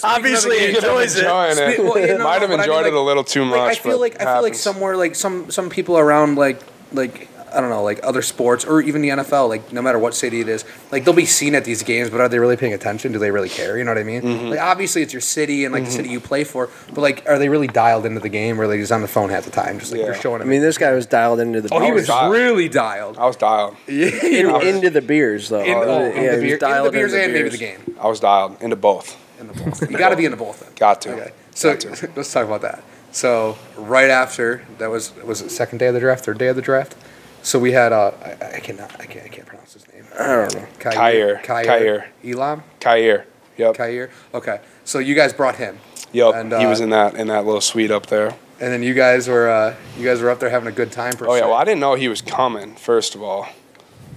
Speaker 3: Obviously, he enjoys it.
Speaker 4: Enjoying it.
Speaker 2: Spe- well, yeah, no,
Speaker 4: Might
Speaker 2: no,
Speaker 4: have
Speaker 2: but I mean,
Speaker 4: enjoyed
Speaker 2: like-
Speaker 4: it a little too much.
Speaker 2: Like, I feel
Speaker 4: but
Speaker 2: like I feel like
Speaker 4: happens.
Speaker 2: somewhere like some some people around like like I don't know like other sports or even the NFL like no matter what city it is like they'll be seen at these games but are they really paying attention do they really care you know what I mean like obviously it's your city and like the city you play for but like are they really dialed into the game or are they just on the phone half the time just like you're
Speaker 4: Yeah.
Speaker 2: showing
Speaker 3: I
Speaker 2: them
Speaker 3: mean, this guy was dialed into the.
Speaker 2: oh he
Speaker 4: I
Speaker 2: was
Speaker 3: beers.
Speaker 4: was dialed.
Speaker 2: really dialed
Speaker 4: I was dialed.
Speaker 3: In- into the beers though.
Speaker 2: in,
Speaker 3: Uh,
Speaker 2: oh,
Speaker 3: yeah,
Speaker 2: in the
Speaker 3: he was
Speaker 2: beer, in the
Speaker 3: dialed
Speaker 2: beers
Speaker 3: into
Speaker 2: and maybe the
Speaker 3: beers.
Speaker 2: game
Speaker 4: I was dialed into both.
Speaker 2: in the both you got to be in the both then.
Speaker 4: Got to.
Speaker 2: Okay. So
Speaker 4: Got to.
Speaker 2: let's talk about that. So right after that was was it second day of the draft, third day of the draft. So we had uh, I, I cannot I can't I can't pronounce his name.
Speaker 3: I don't know.
Speaker 2: Kair
Speaker 4: Kair.
Speaker 2: Kair Elam
Speaker 4: Kair. Yep.
Speaker 2: Kair. Okay, so you guys brought him,
Speaker 4: Yep.
Speaker 2: And,
Speaker 4: he
Speaker 2: uh,
Speaker 4: was in that in that little suite up there.
Speaker 2: and then you guys were uh, you guys were up there having a good time. Per
Speaker 4: Oh yeah.
Speaker 2: se.
Speaker 4: Well, I didn't know he was coming. First of all,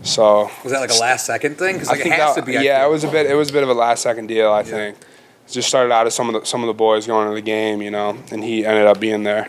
Speaker 4: so
Speaker 2: was that like a last second thing? Because like,
Speaker 4: I think
Speaker 2: it has
Speaker 4: that-
Speaker 2: to be. I
Speaker 4: Yeah,
Speaker 2: feel.
Speaker 4: it was a bit. It was a bit of a last second deal. I think just started out as some of the some of the boys going to the game, you know, and he ended up being there.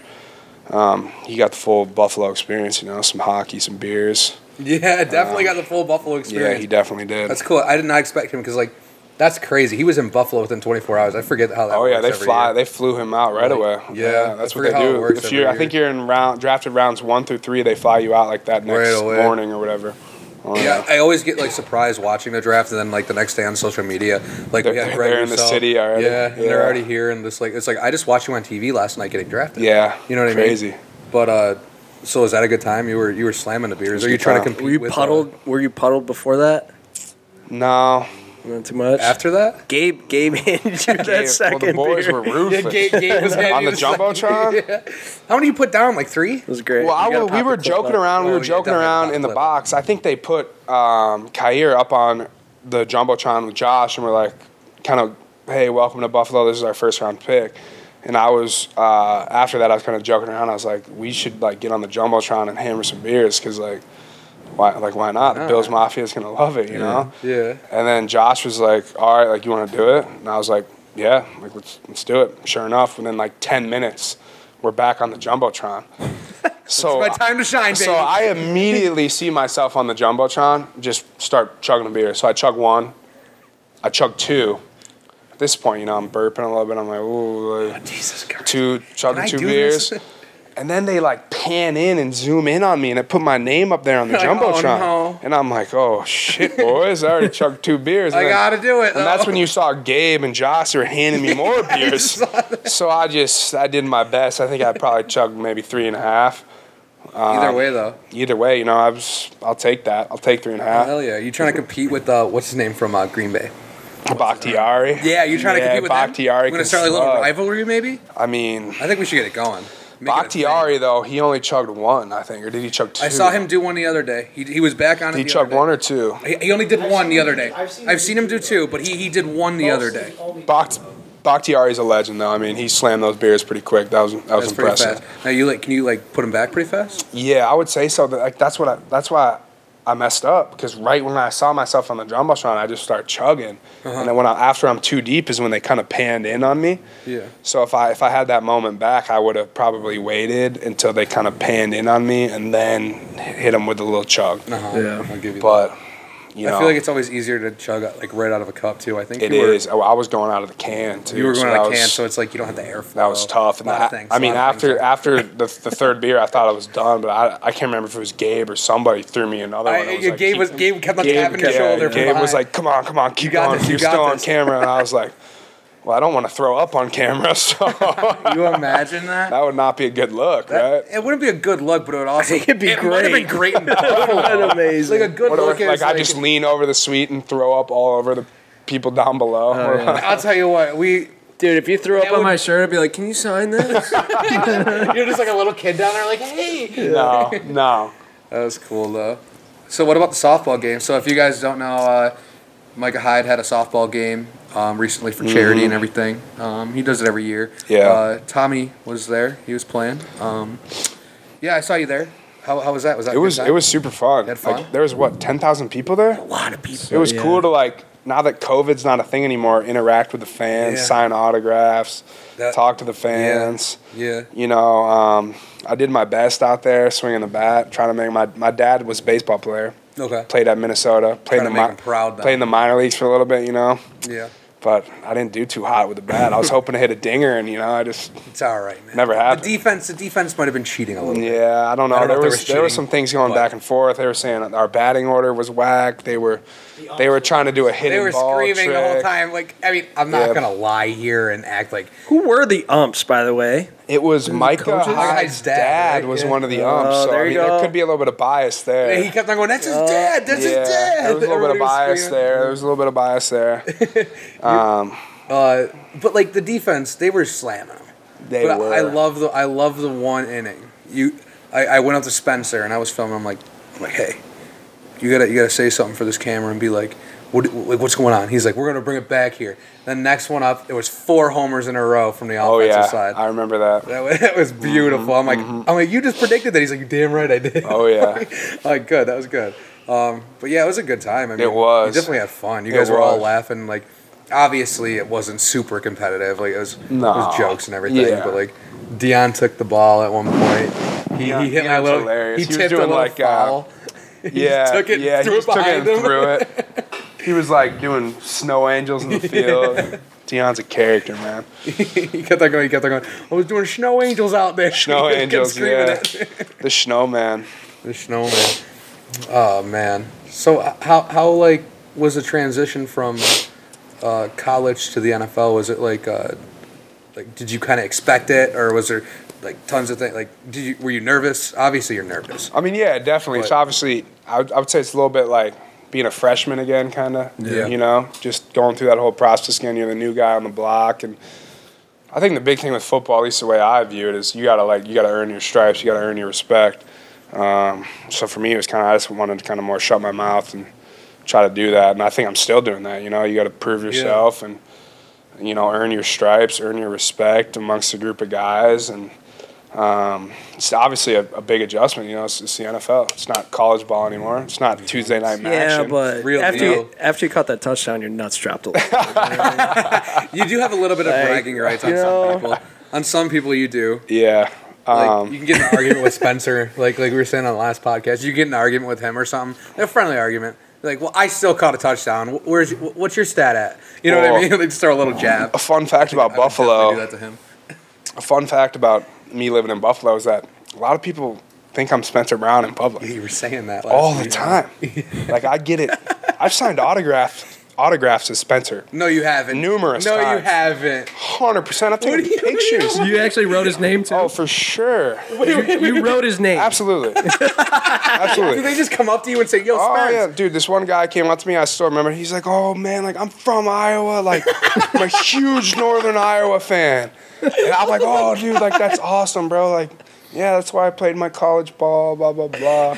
Speaker 4: Um, he got the full Buffalo experience, you know, some hockey, some beers.
Speaker 2: Yeah, definitely got the full Buffalo experience.
Speaker 4: Yeah, he definitely did.
Speaker 2: That's cool. I did not expect him because like that's crazy. He was in Buffalo within 24 hours. I forget how that.
Speaker 4: oh yeah,
Speaker 2: works
Speaker 4: they
Speaker 2: every
Speaker 4: fly.
Speaker 2: year.
Speaker 4: They flew him out right
Speaker 2: Like,
Speaker 4: away.
Speaker 2: yeah,
Speaker 4: that's
Speaker 2: I
Speaker 4: what they
Speaker 2: forget how it
Speaker 4: do.
Speaker 2: works
Speaker 4: If you,
Speaker 2: every
Speaker 4: I think
Speaker 2: year.
Speaker 4: you're in round drafted rounds one through three, they fly you out like that next
Speaker 2: Right away.
Speaker 4: morning or whatever. Oh,
Speaker 2: Yeah, I always get like surprised watching the draft, and then like the next day on social media, like we
Speaker 4: They're-
Speaker 2: had
Speaker 4: they're
Speaker 2: Greg
Speaker 4: in the
Speaker 2: Rousseau.
Speaker 4: city already.
Speaker 2: Yeah, and they're
Speaker 4: Yeah.
Speaker 2: already here, and this like it's like I just watched you on TV last night getting drafted.
Speaker 4: Yeah,
Speaker 2: you know what I
Speaker 4: Crazy.
Speaker 2: mean. But uh, so is that a good time? You were you were slamming the beers.
Speaker 4: a
Speaker 2: Are you
Speaker 4: good
Speaker 2: trying
Speaker 4: time.
Speaker 2: to compete?
Speaker 3: Were you
Speaker 2: with, uh,
Speaker 3: puddled? Were you puddled before that?
Speaker 4: No,
Speaker 3: Not too much.
Speaker 2: after that?
Speaker 3: Gabe, Gabe handed you
Speaker 4: Well,
Speaker 3: that second
Speaker 4: the boys
Speaker 3: beer.
Speaker 4: were ruthless. on the jumbotron.
Speaker 2: How many you put down? Like three.
Speaker 3: It was great.
Speaker 4: Well, I
Speaker 3: You gotta
Speaker 4: wa- we
Speaker 3: pop
Speaker 4: were
Speaker 3: the clip
Speaker 4: joking
Speaker 3: up.
Speaker 4: around. We
Speaker 2: Oh,
Speaker 4: were
Speaker 2: yeah,
Speaker 4: joking
Speaker 2: definitely
Speaker 4: around
Speaker 2: pop
Speaker 4: in the
Speaker 2: clip.
Speaker 4: box. I think they put um, Kair up on the jumbotron with Josh, and we're like, kind of, hey, welcome to Buffalo. This is our first round pick. And I was uh, after that, I was kind of joking around. I was like, we should like get on the jumbotron and hammer some beers, cause like, why, like why not? The Bills Mafia is gonna love it, you know.
Speaker 2: Yeah.
Speaker 4: And then Josh was like, "All right, like you want to do it?" And I was like, "Yeah, like let's let's do it." Sure enough, within like ten minutes, we're back on the jumbotron. So
Speaker 2: My time to shine, baby.
Speaker 4: so I immediately see myself on the jumbotron, just start chugging a beer. So I chug one, I chug two. At this point, you know, I'm burping a little bit. I'm like, ooh, like,
Speaker 2: Jesus Christ.
Speaker 4: two chugging
Speaker 2: I
Speaker 4: two
Speaker 2: do this?
Speaker 4: beers. And then they like pan in and zoom in on me, and it put my name up there on the
Speaker 2: Like, oh,
Speaker 4: jumbotron.
Speaker 2: no.
Speaker 4: And I'm like, "Oh shit, boys! I already chugged two beers.
Speaker 2: I
Speaker 4: And then-
Speaker 2: gotta do it.
Speaker 4: and that's when you saw Gabe and Josh were handing me more beers. so I just I did my best. I think I probably chugged maybe three and a half. um,
Speaker 2: Either way, though.
Speaker 4: Either way, you know, I was I'll take that. I'll take three and a half.
Speaker 2: Hell yeah! You trying to compete with uh, what's his name from uh, Green Bay?
Speaker 4: Bakhtiari.
Speaker 2: Yeah, you trying to compete with
Speaker 4: Bakhtiari.
Speaker 2: We're gonna
Speaker 4: can
Speaker 2: start like a little
Speaker 4: slug.
Speaker 2: rivalry, maybe.
Speaker 4: I mean,
Speaker 2: I think we should get it going. Make it a
Speaker 4: Bakhtiari though he only chugged one, I think, or did he chug two?
Speaker 2: thing. I saw him do one the other day. He, he was back on.
Speaker 4: Did
Speaker 2: it
Speaker 4: he
Speaker 2: the
Speaker 4: chug
Speaker 2: other day.
Speaker 4: one or two?
Speaker 2: He, he only did one the other day. I've
Speaker 5: I've
Speaker 2: seen,
Speaker 5: seen
Speaker 2: him do two, but he, he did one the other day.
Speaker 4: Bakht- Bakhtiari's a legend though. I mean, he slammed those beers pretty quick. That was that was
Speaker 2: That's pretty
Speaker 4: impressive.
Speaker 2: fast. Now you like, can you like put him back pretty fast?
Speaker 4: Yeah, I would say so. That, like that's what I, that's why I messed up because right when I saw myself on the jumbotron, I just start chugging,
Speaker 2: Uh-huh.
Speaker 4: and then when I, after I'm too deep is when they kind of panned in on me.
Speaker 2: Yeah.
Speaker 4: So if I if I had that moment back, I would have probably waited until they kind of panned in on me and then hit him with a little chug.
Speaker 2: Uh-huh.
Speaker 3: Yeah.
Speaker 2: I'll give you.
Speaker 4: But you
Speaker 2: that.
Speaker 4: know,
Speaker 2: I feel like it's always easier to chug out, like right out of a cup too. I think
Speaker 4: it
Speaker 2: you were-
Speaker 4: is. Oh, I was going out of the can too.
Speaker 2: you were
Speaker 4: so
Speaker 2: going
Speaker 4: that
Speaker 2: out of
Speaker 4: was-
Speaker 2: can, so it's like you don't have the airflow.
Speaker 4: That was tough. And
Speaker 2: A lot of
Speaker 4: I-
Speaker 2: things,
Speaker 4: I
Speaker 2: a
Speaker 4: mean,
Speaker 2: lot of
Speaker 4: after
Speaker 2: things.
Speaker 4: after the, the third beer, I thought I was done, but I, I can't remember if it was Gabe or somebody threw me another
Speaker 2: I-
Speaker 4: one. It was
Speaker 2: yeah,
Speaker 4: like,
Speaker 2: Gabe
Speaker 4: keep-
Speaker 2: was Gabe kept on
Speaker 3: Gabe
Speaker 2: tapping his
Speaker 3: kept-
Speaker 2: shoulder. from
Speaker 4: Gabe was
Speaker 2: behind.
Speaker 4: like, "Come on, come on, keep
Speaker 2: You got
Speaker 4: going.
Speaker 2: this, you
Speaker 4: You're
Speaker 2: got
Speaker 4: still
Speaker 2: this."
Speaker 4: on camera." And I was like, "Well, I don't want to throw up on camera, so that
Speaker 2: "You imagine that?
Speaker 4: would not be a good look,
Speaker 2: That-
Speaker 4: right?"
Speaker 2: It wouldn't be a good look, but it would also
Speaker 3: It'd be
Speaker 2: It would have been great. In Buffalo.
Speaker 3: That amazing.
Speaker 2: like a good
Speaker 4: What if,
Speaker 2: look.
Speaker 4: like
Speaker 2: is
Speaker 4: I just lean over the suite and throw up all over the people down below.
Speaker 2: I'll tell you what, we
Speaker 3: Dude, if you threw up
Speaker 2: That
Speaker 3: on
Speaker 2: would-
Speaker 3: my shirt, I'd be like, "Can you sign this?"
Speaker 2: you're just like a little kid down there, like, hey.
Speaker 4: no, no.
Speaker 2: That was cool though. So what about the softball game? So if you guys don't know, uh, Micah Hyde had a softball game um, recently for charity and everything. Um, he does it every year.
Speaker 4: Mm-hmm. Yeah.
Speaker 2: Uh, Tommy was there. He was playing. Um, yeah, I saw you there. How, how was that? Was that a
Speaker 4: It
Speaker 2: good
Speaker 4: was
Speaker 2: time?
Speaker 4: it was super fun.
Speaker 2: had fun?
Speaker 4: Like there was what ten thousand people there.
Speaker 2: a lot of people.
Speaker 4: It was
Speaker 3: yeah.
Speaker 4: cool to like now that COVID's not a thing anymore, interact with the fans,
Speaker 2: Yeah.
Speaker 4: sign autographs,
Speaker 2: That-
Speaker 4: talk to the fans.
Speaker 2: Yeah.
Speaker 4: You know, um, I did my best out there, swinging the bat, trying to make my my dad was a baseball player,
Speaker 2: Okay.
Speaker 4: played at Minnesota,
Speaker 2: Trying
Speaker 4: played in the
Speaker 2: to make him
Speaker 4: mi-
Speaker 2: proud, though.
Speaker 4: played in the minor leagues for a little bit, you know.
Speaker 2: Yeah.
Speaker 4: But I didn't do too hot with the bat. I was hoping to hit a dinger, and you know, I just
Speaker 2: It's all right, man.
Speaker 4: Never happened.
Speaker 2: The defense. The defense might have been cheating a little. bit.
Speaker 4: Yeah, I don't know.
Speaker 2: I don't know
Speaker 4: there
Speaker 2: if there
Speaker 4: was
Speaker 2: was
Speaker 4: there were
Speaker 2: cheating,
Speaker 4: some things going
Speaker 2: but-
Speaker 4: back and forth. They were saying our batting order was whack. They were they were trying to do a hidden
Speaker 2: They were
Speaker 4: ball
Speaker 2: screaming the whole
Speaker 4: trick.
Speaker 2: time. Like, I mean, I'm not
Speaker 4: Yeah.
Speaker 2: gonna lie here and act like
Speaker 3: Who were the umps, by the way?
Speaker 4: It was Micah
Speaker 3: coaches?
Speaker 4: Hyde's
Speaker 2: Hyde's
Speaker 4: dad,
Speaker 2: dad, right?
Speaker 4: was
Speaker 2: Yeah.
Speaker 4: one of the
Speaker 3: Oh,
Speaker 4: umps. so
Speaker 3: there
Speaker 4: I
Speaker 3: you
Speaker 4: mean, there
Speaker 3: go.
Speaker 4: could be a little bit of bias there.
Speaker 2: And he kept on going, "That's his dad. That's his dad."
Speaker 4: There was a little bit of
Speaker 2: Everybody was
Speaker 4: bias
Speaker 2: screaming.
Speaker 4: there. There was a little bit of bias there. Um,
Speaker 2: Uh, but like the defense, they were slamming him.
Speaker 4: They
Speaker 2: but I-
Speaker 4: were.
Speaker 2: I love the I love the one inning. You, I, I went up to Spencer and I was filming. I'm like, I'm like, hey, you gotta you gotta say something for this camera and be like, what like what's going on? He's like, we're gonna bring it back here. Then next one up, it was four homers in a row from the
Speaker 4: Oh
Speaker 2: offensive
Speaker 4: yeah,
Speaker 2: side.
Speaker 4: I remember that.
Speaker 2: That was, that was beautiful. I'm like, I'm like, you just predicted that. He's like, you damn right, I did.
Speaker 4: Mm-hmm, Oh, yeah.
Speaker 2: I'm like good, that was good. Um, but yeah, it was a good time. I mean,
Speaker 4: was.
Speaker 2: You definitely had fun. You
Speaker 4: It
Speaker 2: guys were all
Speaker 4: was.
Speaker 2: laughing. Like, obviously, it wasn't super competitive. Like, it was,
Speaker 4: No.
Speaker 2: it was jokes and everything.
Speaker 4: Yeah.
Speaker 2: But like, Dion took the ball at one point. He,
Speaker 4: Deion-
Speaker 2: he hit my
Speaker 4: Deion's
Speaker 2: little.
Speaker 4: hilarious.
Speaker 2: He
Speaker 4: He was
Speaker 2: tipped a
Speaker 4: doing
Speaker 2: little
Speaker 4: like, uh,
Speaker 2: foul. he
Speaker 4: Yeah,
Speaker 2: just took it,
Speaker 4: yeah,
Speaker 2: threw
Speaker 4: he
Speaker 2: it
Speaker 4: just took
Speaker 2: behind
Speaker 4: it
Speaker 2: him.
Speaker 4: and threw it. He was like doing snow angels in the field. Dion's a character, man.
Speaker 2: he kept on going. He kept on going. I was doing snow angels out there.
Speaker 4: Snow
Speaker 2: He kept
Speaker 4: angels,
Speaker 2: screaming
Speaker 4: yeah.
Speaker 2: it.
Speaker 4: The snowman.
Speaker 2: The snowman. Oh man. So uh, how how like was the transition from uh, college to the NFL? Was it like uh, like did you kind of expect it, or was there like tons of things? Like did you were you nervous? Obviously, you're nervous.
Speaker 4: I mean, yeah, definitely.
Speaker 2: But-
Speaker 4: so obviously, I would, I would say it's a little bit like being a freshman again, kind of.
Speaker 2: Yeah.
Speaker 4: You know, just going through that whole process again. You're the new guy on the block, and I think the big thing with football, at least the way I view it, is you gotta like you gotta earn your stripes, you gotta earn your respect. Um, so for me, it was kind of I just wanted to kind of more shut my mouth and try to do that, and I think I'm still doing that. You know, you gotta prove yourself and you know earn your stripes, earn your respect amongst a group of guys, and um, it's obviously a, a big adjustment. You know, it's, it's the NFL. It's not college ball anymore. It's not Tuesday night
Speaker 3: Yeah,
Speaker 4: match.
Speaker 3: but
Speaker 2: Real
Speaker 3: after
Speaker 2: deal.
Speaker 3: you, after you caught that touchdown, your nuts dropped a little.
Speaker 2: You do have a little bit of
Speaker 3: Like,
Speaker 2: bragging rights on
Speaker 3: you
Speaker 2: some
Speaker 3: know.
Speaker 2: people. On some people, you do.
Speaker 4: yeah,
Speaker 2: Like
Speaker 4: um,
Speaker 2: you can get in an argument with Spencer, like like we were saying on the last podcast. You get in an argument with him or something, a friendly argument. Like, well, I still caught a touchdown. Wh- Where's wh- what's your stat at? You know what I
Speaker 4: Well-
Speaker 2: mean? They just throw a little jab.
Speaker 4: a fun fact about
Speaker 2: I
Speaker 4: Buffalo.
Speaker 2: would definitely do that to him.
Speaker 4: a fun fact about me living in Buffalo is that a lot of people think I'm Spencer Brown in public
Speaker 2: You were saying that last
Speaker 4: all the
Speaker 2: week.
Speaker 4: time. like I get it. I've signed autographs autographs to Spencer.
Speaker 2: No, you haven't.
Speaker 4: Numerous
Speaker 2: No, you
Speaker 4: times.
Speaker 2: haven't.
Speaker 4: Hundred percent. I've taken
Speaker 2: do you- what do you
Speaker 4: pictures.
Speaker 3: you actually wrote his name too.
Speaker 4: Oh, for sure.
Speaker 3: you wrote his name.
Speaker 4: Absolutely.
Speaker 2: Do
Speaker 4: Absolutely.
Speaker 2: they just come up to you and say, "Yo,
Speaker 4: Oh
Speaker 2: Spence"?
Speaker 4: yeah, dude! This one guy came up to me. I still remember. He's like, "Oh man, like I'm from Iowa. Like I'm a huge Northern Iowa fan." And I'm like, "Oh, dude, like that's awesome, bro. Like, yeah, that's why I played my college ball. Blah blah blah."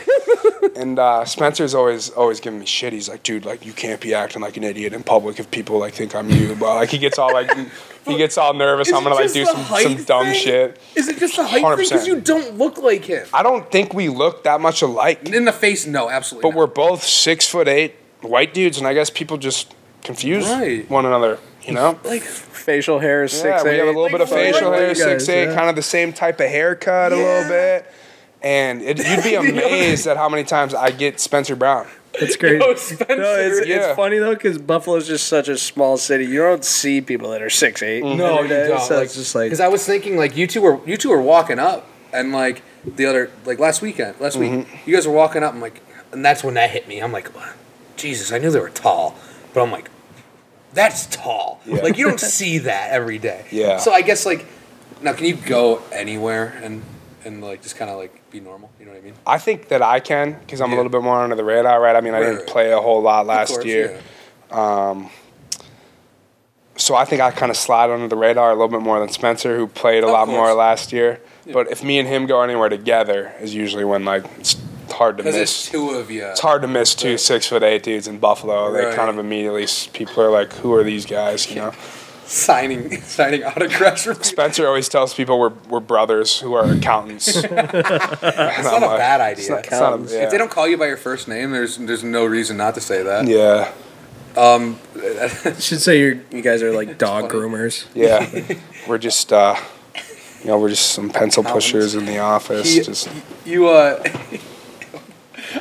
Speaker 4: And uh, Spencer's always always giving me shit. He's like, "Dude, like you can't be acting like an idiot in public if people like think I'm you." But like he gets all like he gets all nervous.
Speaker 2: Is
Speaker 4: I'm
Speaker 2: it
Speaker 4: gonna like
Speaker 2: just
Speaker 4: do
Speaker 2: the
Speaker 4: some
Speaker 2: height
Speaker 4: some dumb
Speaker 2: thing?
Speaker 4: shit.
Speaker 2: Is it just the height thing? Because
Speaker 4: 100%.
Speaker 2: you don't look like him.
Speaker 4: I don't think we look that much alike.
Speaker 2: In the face, no, absolutely.
Speaker 4: But we're both six foot eight white dudes, and I guess people just confuse
Speaker 2: Right.
Speaker 4: one another. You know,
Speaker 2: we're like,
Speaker 3: Facial hair is
Speaker 4: yeah,
Speaker 3: six
Speaker 4: we
Speaker 3: eight.
Speaker 4: have a little bit of
Speaker 2: Like,
Speaker 4: facial
Speaker 2: what?
Speaker 4: hair,
Speaker 3: You guys,
Speaker 4: six eight,
Speaker 3: yeah.
Speaker 4: kind of the same type of haircut a
Speaker 2: Yeah.
Speaker 4: little bit, and it, you'd be amazed at how many times I get Spencer Brown.
Speaker 3: That's crazy.
Speaker 2: Yo, Spencer.
Speaker 3: No, it's,
Speaker 4: Yeah.
Speaker 3: it's funny though because Buffalo's just such a small city. You don't see people that are six eight.
Speaker 2: Mm-hmm. no, you don't.
Speaker 3: So it's just like
Speaker 2: because I was thinking like you two were you two were walking up and like the other like last weekend last week
Speaker 4: Mm-hmm.
Speaker 2: you guys were walking up. I'm like, and that's when that hit me. I'm like, Jesus, I knew they were tall, but I'm like, that's tall.
Speaker 4: Yeah.
Speaker 2: Like you don't see that every day.
Speaker 4: Yeah.
Speaker 2: So I guess like now can you go anywhere and and like just kind of like be normal? You know what I mean?
Speaker 4: I think that I can because I'm
Speaker 2: Yeah.
Speaker 4: a little bit more under the radar, right? I mean, I
Speaker 2: Right,
Speaker 4: didn't
Speaker 2: right.
Speaker 4: play a whole lot
Speaker 2: Of
Speaker 4: last
Speaker 2: course,
Speaker 4: year.
Speaker 2: yeah.
Speaker 4: so I think I kind of slide under the radar a little bit more than Spencer, who played a lot more
Speaker 2: course.
Speaker 4: last year. But if me and him go anywhere together, is usually when like it's hard to
Speaker 2: Because it's
Speaker 4: miss.
Speaker 2: two of you.
Speaker 4: It's hard to miss two six foot eight dudes in Buffalo.
Speaker 2: Right.
Speaker 4: They kind of immediately s- people are like, "Who are these guys?" You know.
Speaker 2: signing signing autographs. From people.
Speaker 4: Spencer always tells people we're we're brothers who are accountants. it's not
Speaker 2: It's not a bad idea.
Speaker 4: It's not, it's not a,
Speaker 3: Accountants.
Speaker 4: yeah.
Speaker 2: Um, If they don't call you by your first name, there's there's no reason not to say that.
Speaker 4: yeah,
Speaker 3: you should say you're, you guys are like dog groomers.
Speaker 4: yeah, we're just uh, you know we're just some pencil
Speaker 2: Accountants.
Speaker 4: pushers in the office.
Speaker 2: He-
Speaker 4: just
Speaker 2: You uh,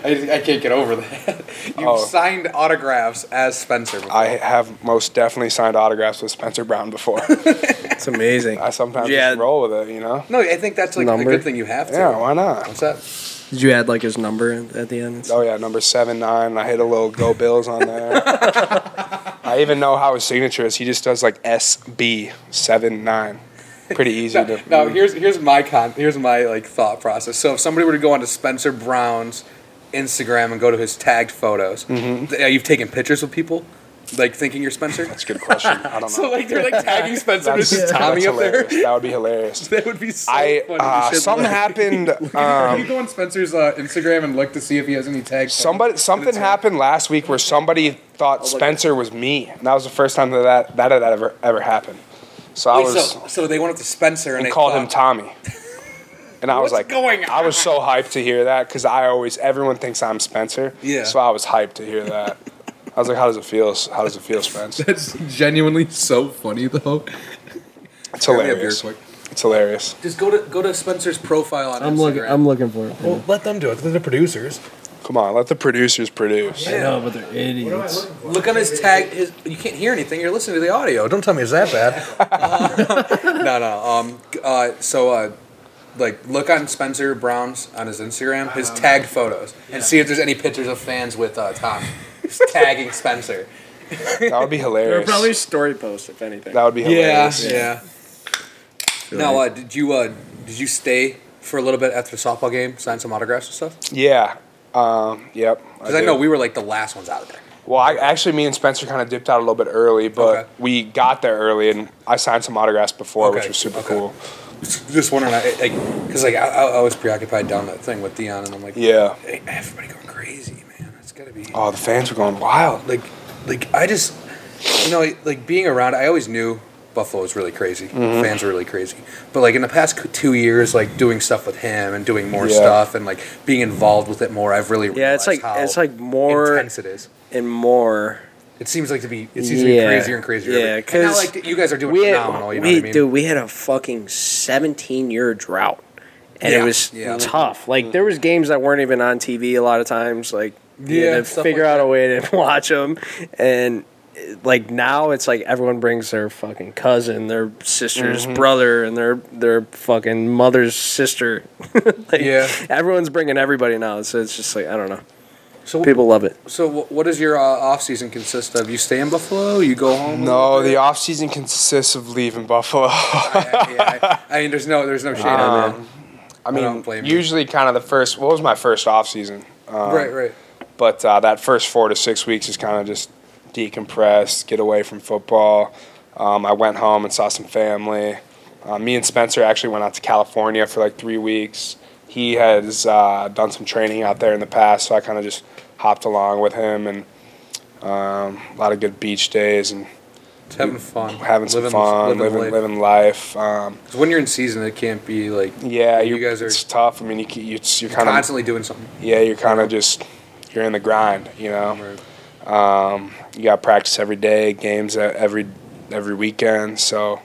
Speaker 2: I, I can't get over that. You
Speaker 4: Oh.
Speaker 2: signed autographs as Spencer. Before.
Speaker 4: I have most definitely signed autographs with Spencer Brown before.
Speaker 3: It's amazing.
Speaker 4: I sometimes
Speaker 3: Yeah.
Speaker 4: just roll with it, you know?
Speaker 2: no, I think that's like a
Speaker 3: Number?
Speaker 2: good thing you have to.
Speaker 4: Yeah, why not?
Speaker 2: What's that?
Speaker 3: Did you add like his number at the end?
Speaker 4: Oh yeah, number seven nine. I hit a little go Bills on there. I even know how his signature is. He just does like SB seven nine. Pretty easy
Speaker 2: No,
Speaker 4: to.
Speaker 2: no, here's here's my con. Here's my like thought process. So if somebody were to go onto Spencer
Speaker 4: Mm-hmm.
Speaker 2: Brown's Instagram and go to his tagged photos, th- uh, you've taken pictures with people. Like thinking you're Spencer?
Speaker 4: That's a good question. I don't know.
Speaker 2: so like they're like tagging Spencer
Speaker 4: That's-
Speaker 2: with just
Speaker 4: that's
Speaker 2: Tommy up there.
Speaker 4: hilarious. That would be hilarious.
Speaker 2: That would be so
Speaker 4: I
Speaker 2: funny.
Speaker 4: uh,
Speaker 2: Shit,
Speaker 4: something
Speaker 2: like-
Speaker 4: happened.
Speaker 5: Can
Speaker 4: Um,
Speaker 5: you go on Spencer's uh, Instagram and look to see if he has any tags?
Speaker 4: somebody something happened last week where somebody thought Spencer was me, and that was the first time that that, that had ever ever happened. So I
Speaker 2: Wait,
Speaker 4: was
Speaker 2: so, so they went up to Spencer and,
Speaker 4: and
Speaker 2: they
Speaker 4: called
Speaker 2: thought-
Speaker 4: him Tommy. And I was
Speaker 2: What's
Speaker 4: like,
Speaker 2: going
Speaker 4: I was so hyped to hear that because I always, everyone thinks I'm Spencer.
Speaker 2: Yeah.
Speaker 4: So I was hyped to hear that. I was like, how does it feel? How does it feel, Spence?
Speaker 5: That's genuinely so funny though.
Speaker 4: It's
Speaker 2: me a beer
Speaker 4: hilarious.
Speaker 2: quick.
Speaker 4: It's hilarious.
Speaker 2: Just go to go to Spencer's profile on
Speaker 3: I'm
Speaker 2: Instagram.
Speaker 3: looking. I'm looking for it.
Speaker 1: Well, let them do it. They're the producers.
Speaker 4: Come on, let the producers produce.
Speaker 3: I know, but they're idiots.
Speaker 2: Look on his tag. His, you can't hear anything. You're listening to the audio. Don't tell me it's that bad. Uh, no, no. Um. Uh, so, uh, like, look on Spencer Brown's on his Instagram,
Speaker 1: Uh-huh.
Speaker 2: his tagged photos, and see if there's any pictures of fans with uh, Tom Just tagging Spencer.
Speaker 4: That would be
Speaker 3: They're
Speaker 4: hilarious.
Speaker 3: probably a story posts, if anything.
Speaker 4: that would be hilarious.
Speaker 2: yeah. Now, uh, did you uh, did you stay for a little bit after the softball game, sign some autographs and stuff?
Speaker 4: Yeah. Um, yep.
Speaker 2: Because I,
Speaker 4: did.
Speaker 2: know we were like the last ones out of there.
Speaker 4: Well, I, actually, me and Spencer kind of dipped out a little bit early, but
Speaker 2: Okay.
Speaker 4: we got there early, and I signed some autographs before,
Speaker 2: Okay,
Speaker 4: which was super
Speaker 2: okay.
Speaker 4: cool.
Speaker 2: Just wondering, I- like, because like I, I I was preoccupied down that thing with Dion, and I'm like,
Speaker 4: Yeah.
Speaker 2: Hey, everybody going crazy, man. It's gotta be
Speaker 4: Oh, the fans were going wild.
Speaker 2: like, like I just, you know, like, like, being around. I always knew Buffalo was really crazy. Fans were really crazy. But like in the past c- two years, like doing stuff with him and doing more
Speaker 4: Yeah.
Speaker 2: stuff and like being involved with it more, I've really
Speaker 3: Yeah,
Speaker 2: realized
Speaker 3: it's like-
Speaker 2: how
Speaker 3: it's like more-
Speaker 2: intense it is.
Speaker 3: and more.
Speaker 2: It seems like to be it seems to be
Speaker 3: Yeah.
Speaker 2: crazier and crazier.
Speaker 3: Yeah,
Speaker 2: every- and now,
Speaker 3: 'cause
Speaker 2: like you guys are doing
Speaker 3: we had,
Speaker 2: phenomenal. you know
Speaker 3: we,
Speaker 2: what I mean?
Speaker 3: dude, we had a fucking 17 year drought, and
Speaker 2: Yeah,
Speaker 3: it was
Speaker 2: yeah. Mm.
Speaker 3: tough. Like there was games that weren't even on TV a lot of times. Like you
Speaker 2: Yeah,
Speaker 3: had to
Speaker 2: stuff
Speaker 3: figure
Speaker 2: like
Speaker 3: out a way to watch them, and eh, like now it's like everyone brings their fucking cousin, their sister's
Speaker 2: Mm-hmm.
Speaker 3: brother, and their their fucking mother's sister. like,
Speaker 2: Yeah.
Speaker 3: everyone's bringing everybody now. So it's just like I don't know.
Speaker 2: So-
Speaker 3: people love it.
Speaker 2: So wh- what does your uh, off season consist of? You stay in Buffalo? You go home? a
Speaker 4: No,
Speaker 2: little bit?
Speaker 4: the off season consists of leaving Buffalo.
Speaker 2: yeah, I, I mean, there's no, there's no shade
Speaker 3: Um,
Speaker 2: on that.
Speaker 4: I mean,
Speaker 2: don't blame you.
Speaker 4: usually kind of the first. What was my first off season? Um,
Speaker 2: right, right.
Speaker 4: But uh, that first four to six weeks is kind of just decompress, get away from football. Um, I went home and saw some family. Uh, me and Spencer actually went out to California for like three weeks. He has uh, done some training out there in the past, so I kind of just hopped along with him and um, a lot of good beach days and
Speaker 2: It's having fun,
Speaker 4: having some
Speaker 2: living,
Speaker 4: fun, living,
Speaker 2: living,
Speaker 4: living,
Speaker 2: life.
Speaker 4: life. Um,
Speaker 2: 'Cause when you're in season, it can't be like
Speaker 4: yeah,
Speaker 2: you
Speaker 4: you,
Speaker 2: guys are
Speaker 4: It's tough. I mean, you, c- you, it's- you're kind of
Speaker 2: constantly doing something.
Speaker 4: yeah, you're kind of just you're in the grind, you know. Um, you got practice every day, games e- every every weekend, so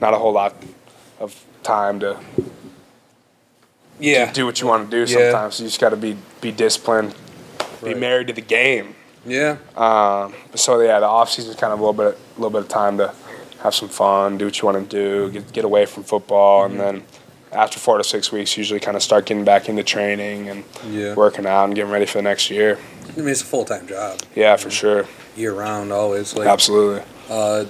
Speaker 4: not a whole lot of time to
Speaker 2: Yeah,
Speaker 4: do what you want to do.
Speaker 2: Yeah.
Speaker 4: Sometimes you just got to be be disciplined, be
Speaker 2: Right.
Speaker 4: married to the game.
Speaker 2: yeah.
Speaker 4: Um, so yeah, the off season is kind of a little bit a little bit of time to have some fun, do what you want to do, get get away from football,
Speaker 2: Mm-hmm.
Speaker 4: and then after four to six weeks, usually kind of start getting back into training and
Speaker 2: Yeah.
Speaker 4: working out and getting ready for the next year.
Speaker 2: I mean, it's a full time job,
Speaker 4: Yeah, for sure,
Speaker 2: year round, always. Like,
Speaker 4: absolutely.
Speaker 2: Uh,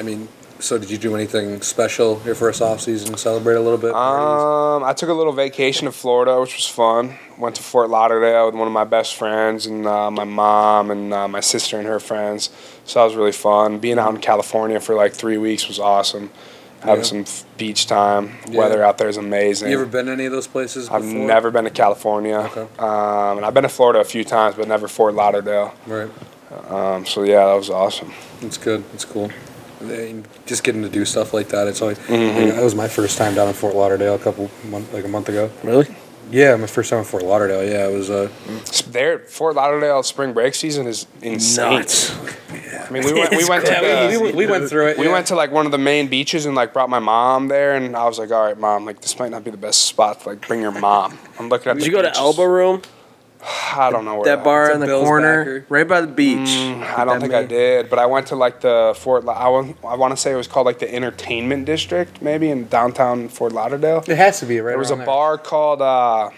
Speaker 2: I mean, so did you do anything special your first off season? Celebrate a little bit? parties?
Speaker 4: Um, I took a little vacation to Florida, which was fun. Went to Fort Lauderdale with one of my best friends and uh, my mom and uh, my sister and her friends. So that was really fun. Being out in California for like three weeks was awesome. Having
Speaker 2: Yeah.
Speaker 4: some f- beach time.
Speaker 2: Yeah.
Speaker 4: Weather out there is amazing.
Speaker 2: you ever been to any of those places?
Speaker 4: I've
Speaker 2: before?
Speaker 4: never been to California.
Speaker 2: Okay.
Speaker 4: Um, and I've been to Florida a few times, but never Fort Lauderdale.
Speaker 2: Right.
Speaker 4: Um, so yeah, that was awesome.
Speaker 2: It's good. It's cool. They- Just getting to do stuff like that. It's always.
Speaker 4: Mm-hmm.
Speaker 2: like, that was my first time down in Fort Lauderdale a couple month, like a month ago.
Speaker 3: Really?
Speaker 2: Yeah, my first time in Fort Lauderdale. Yeah, it was. Uh,
Speaker 4: S- There, Fort Lauderdale spring break season is insane.
Speaker 3: Nuts.
Speaker 4: I mean, we went, we
Speaker 3: It's
Speaker 4: went to
Speaker 3: crazy.
Speaker 4: the-
Speaker 2: we, we went through it.
Speaker 4: We
Speaker 2: yeah.
Speaker 4: went to like one of the main beaches and like brought my mom there, and I was like, "All right, mom, like this might not be the best spot. To, like, bring your mom." I'm looking at.
Speaker 3: Did
Speaker 4: the
Speaker 3: you go to
Speaker 4: beaches.
Speaker 3: Elbow Room?
Speaker 4: I don't know where Mm,
Speaker 3: That bar
Speaker 2: It's a
Speaker 3: in the
Speaker 2: Bill's
Speaker 3: corner,
Speaker 2: Backer.
Speaker 3: right by the beach.
Speaker 4: I don't think I did, but I went to like the Fort. La- I want. I want to say it was called like the Entertainment District, maybe in downtown Fort Lauderdale.
Speaker 2: It has to be right.
Speaker 4: There was a
Speaker 2: around
Speaker 4: bar called. uh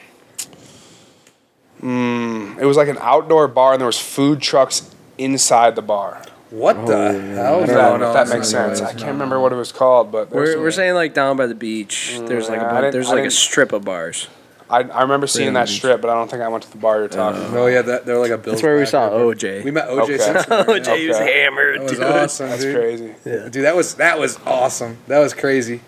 Speaker 4: mm, It was like an outdoor bar, and there was food trucks inside the bar.
Speaker 2: What
Speaker 3: Oh,
Speaker 2: the hell?
Speaker 4: If that, if that makes sense. I can't remember what it was called, but there was
Speaker 3: We're,
Speaker 4: some-
Speaker 3: we're saying like down by the beach. There's like
Speaker 4: yeah, I
Speaker 3: a, bu-
Speaker 4: didn't-
Speaker 3: there's
Speaker 4: I
Speaker 3: like a
Speaker 4: didn't-
Speaker 3: strip of bars.
Speaker 4: I, I remember seeing
Speaker 5: the
Speaker 4: that
Speaker 5: beach.
Speaker 4: strip, but I don't think I went to the bar you're talking. about.
Speaker 2: Oh yeah, that they're like a Bills.
Speaker 3: That's where we
Speaker 2: back
Speaker 3: saw
Speaker 2: or-
Speaker 3: OJ.
Speaker 2: We met OJ
Speaker 4: Okay.
Speaker 2: Simpson.
Speaker 3: OJ
Speaker 4: Okay.
Speaker 3: was hammered.
Speaker 2: That was
Speaker 3: dude.
Speaker 2: awesome.
Speaker 4: That's
Speaker 2: dude.
Speaker 4: crazy.
Speaker 2: Dude, that was that was awesome. That was crazy.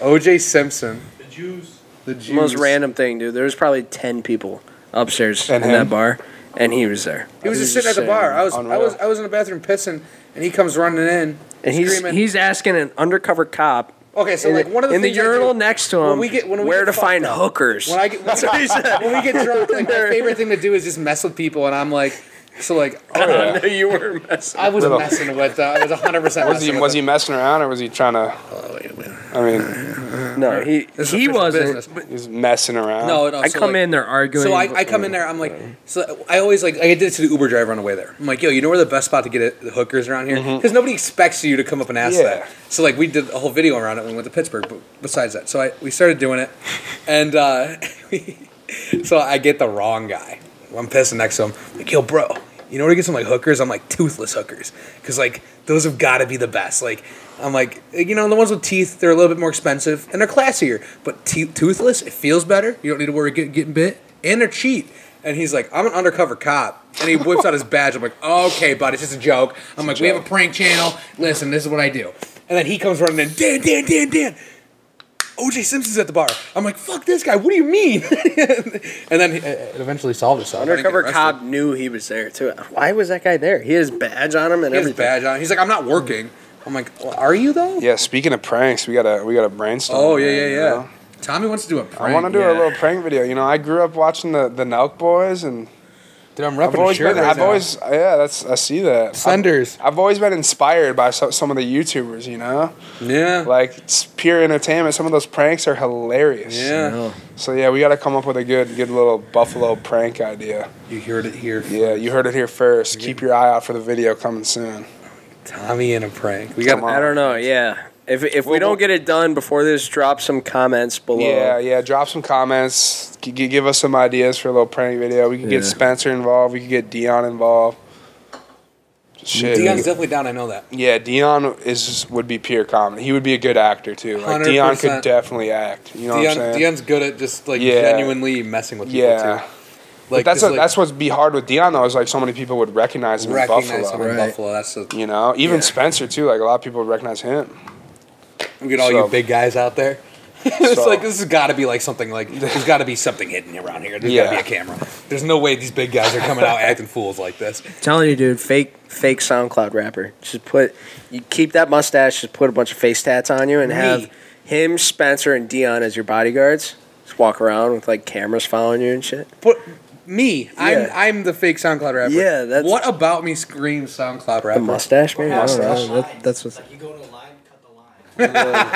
Speaker 2: OJ Simpson.
Speaker 6: The Jews.
Speaker 2: The
Speaker 3: The most
Speaker 2: Jews.
Speaker 3: random thing, dude. There was probably ten people upstairs
Speaker 4: And
Speaker 3: in
Speaker 4: him?
Speaker 3: that bar, and he was there.
Speaker 2: He was
Speaker 3: He
Speaker 2: just sitting at the bar. I was I
Speaker 4: unreal.
Speaker 2: was I was in the bathroom pissing, and he comes running in,
Speaker 3: and he's
Speaker 2: screaming.
Speaker 3: he's asking an undercover cop.
Speaker 2: okay. So
Speaker 3: in,
Speaker 2: like one of the
Speaker 3: in the
Speaker 2: things I do-
Speaker 3: urinal next to him,
Speaker 2: we get- when we
Speaker 3: where
Speaker 2: get
Speaker 3: to
Speaker 2: fucked
Speaker 3: find
Speaker 2: up,
Speaker 3: hookers.
Speaker 2: When I get, when,
Speaker 3: what he said.
Speaker 2: when we get drunk, like my
Speaker 3: There.
Speaker 2: favorite thing to do is just mess with people, and I'm like, so like, all right,
Speaker 3: I know you were messing.
Speaker 2: I was
Speaker 4: Little.
Speaker 2: messing with. Uh, I was 100 percent
Speaker 4: Was he
Speaker 2: messing
Speaker 4: was he
Speaker 2: with.
Speaker 4: messing around or was he trying to? I mean,
Speaker 3: No, he
Speaker 2: This is
Speaker 3: he
Speaker 2: official
Speaker 3: wasn't.
Speaker 2: business.
Speaker 3: but
Speaker 4: he's messing around.
Speaker 2: No, no.
Speaker 3: I
Speaker 2: so,
Speaker 3: come
Speaker 2: like-
Speaker 3: in there arguing.
Speaker 2: So I, I come in there. I'm like, so I always like I did it to the Uber driver on the way there. I'm like, yo, you know where the best spot to get it, the hookers around here? Because nobody expects you to come up and ask
Speaker 4: Yeah.
Speaker 2: that. So like we did a whole video around it when we went to Pittsburgh. But besides that, so I we started doing it, and uh, so I get the wrong guy. I'm pissing next to him. like, yo, bro, you know where to get some like hookers? I'm like toothless hookers because like those have got to be the best. Like. I'm like, you know, the ones with teeth, they're a little bit more expensive and they're classier. But te- toothless, it feels better. You don't need to worry get- getting bit, and they're cheap. And he's like, I'm an undercover cop. And he whips out his badge. I'm like, okay, bud, it's just a joke. I'm like, we have a prank channel. Listen, this is what I do. And then he comes running in, Dan, Dan, Dan, Dan. OJ Simpson's at the bar. I'm like, fuck this guy. What do you mean? and then he, it eventually solved itself. I didn't get
Speaker 3: Undercover
Speaker 2: arrested.
Speaker 3: cop knew he was there too. Why was that guy there? He had his badge on him and
Speaker 2: He has his
Speaker 3: everything.
Speaker 2: badge on. He's like, I'm not working. I'm like, well, are you though?
Speaker 4: Yeah. Speaking of pranks, we gotta we gotta brainstorm.
Speaker 2: Oh yeah,
Speaker 4: man,
Speaker 2: yeah,
Speaker 4: you
Speaker 2: yeah.
Speaker 4: know?
Speaker 2: Tommy wants to do a
Speaker 4: I
Speaker 2: prank.
Speaker 4: want to do
Speaker 3: yeah.
Speaker 4: a little prank video. You know, I grew up watching the the Nelk Boys, and
Speaker 2: Dude, I'm
Speaker 4: I've
Speaker 2: repping a
Speaker 4: always
Speaker 2: shirt.
Speaker 4: been. I've always yeah. That's I see that.
Speaker 2: Senders.
Speaker 4: I've, I've always been inspired by so, some of the YouTubers. You know,
Speaker 2: Yeah.
Speaker 4: like it's pure entertainment. Some of those pranks are hilarious.
Speaker 2: yeah.
Speaker 4: So yeah, we gotta come up with a good good little buffalo prank idea.
Speaker 2: You heard it here.
Speaker 4: Yeah, you heard it here first. Keep your eye out for the video coming soon.
Speaker 2: Tommy and a prank. We
Speaker 4: Come
Speaker 2: got.
Speaker 4: on.
Speaker 3: I don't know. Yeah, if if we
Speaker 4: Well,
Speaker 3: don't
Speaker 4: well-
Speaker 3: get it done before this, drop some comments below.
Speaker 4: Yeah, yeah. Drop some comments. G- g- give us some ideas for a little prank video. We could get
Speaker 3: Yeah.
Speaker 4: Spencer involved. We could get Dion involved. Shit.
Speaker 2: Dion's definitely down. I know that.
Speaker 4: yeah, Dion is would be pure comedy. He would be a good actor too. Like Dion could
Speaker 2: 100%.
Speaker 4: definitely act. You know what I'm
Speaker 2: Dion,
Speaker 4: saying?
Speaker 2: Dion's good at just like
Speaker 4: Yeah.
Speaker 2: genuinely messing with people
Speaker 4: Yeah.
Speaker 2: too.
Speaker 4: But that's
Speaker 2: just,
Speaker 4: what, that's what'd be hard with Dion though. Is like so many people would recognize him in
Speaker 2: recognize
Speaker 4: Buffalo.
Speaker 2: him in
Speaker 3: Right.
Speaker 2: Buffalo. That's the,
Speaker 4: You know, even Spencer too. Like a lot of people would recognize him.
Speaker 2: look at all
Speaker 4: So-
Speaker 2: you big guys out there. it's
Speaker 4: So-
Speaker 2: like this has got to be like something like there's got to be something hidden around here. There's got to
Speaker 4: Yeah.
Speaker 2: be a camera. There's no way these big guys are coming out acting fools like this.
Speaker 3: telling you, dude, fake fake SoundCloud rapper. Just put you keep that mustache, just put a bunch of face tats on you, and have
Speaker 2: Me.
Speaker 3: him, Spencer, and Dion as your bodyguards. Just walk around with like cameras following you and shit.
Speaker 2: But me, I'm
Speaker 3: Yeah.
Speaker 2: I'm the fake SoundCloud rapper.
Speaker 3: Yeah, that's-
Speaker 2: what about me screams SoundCloud
Speaker 3: A
Speaker 2: rapper.
Speaker 3: mustache, maybe. I don't
Speaker 4: Mustache.
Speaker 3: know. That, that's what's
Speaker 6: Like you go to a line, cut the line.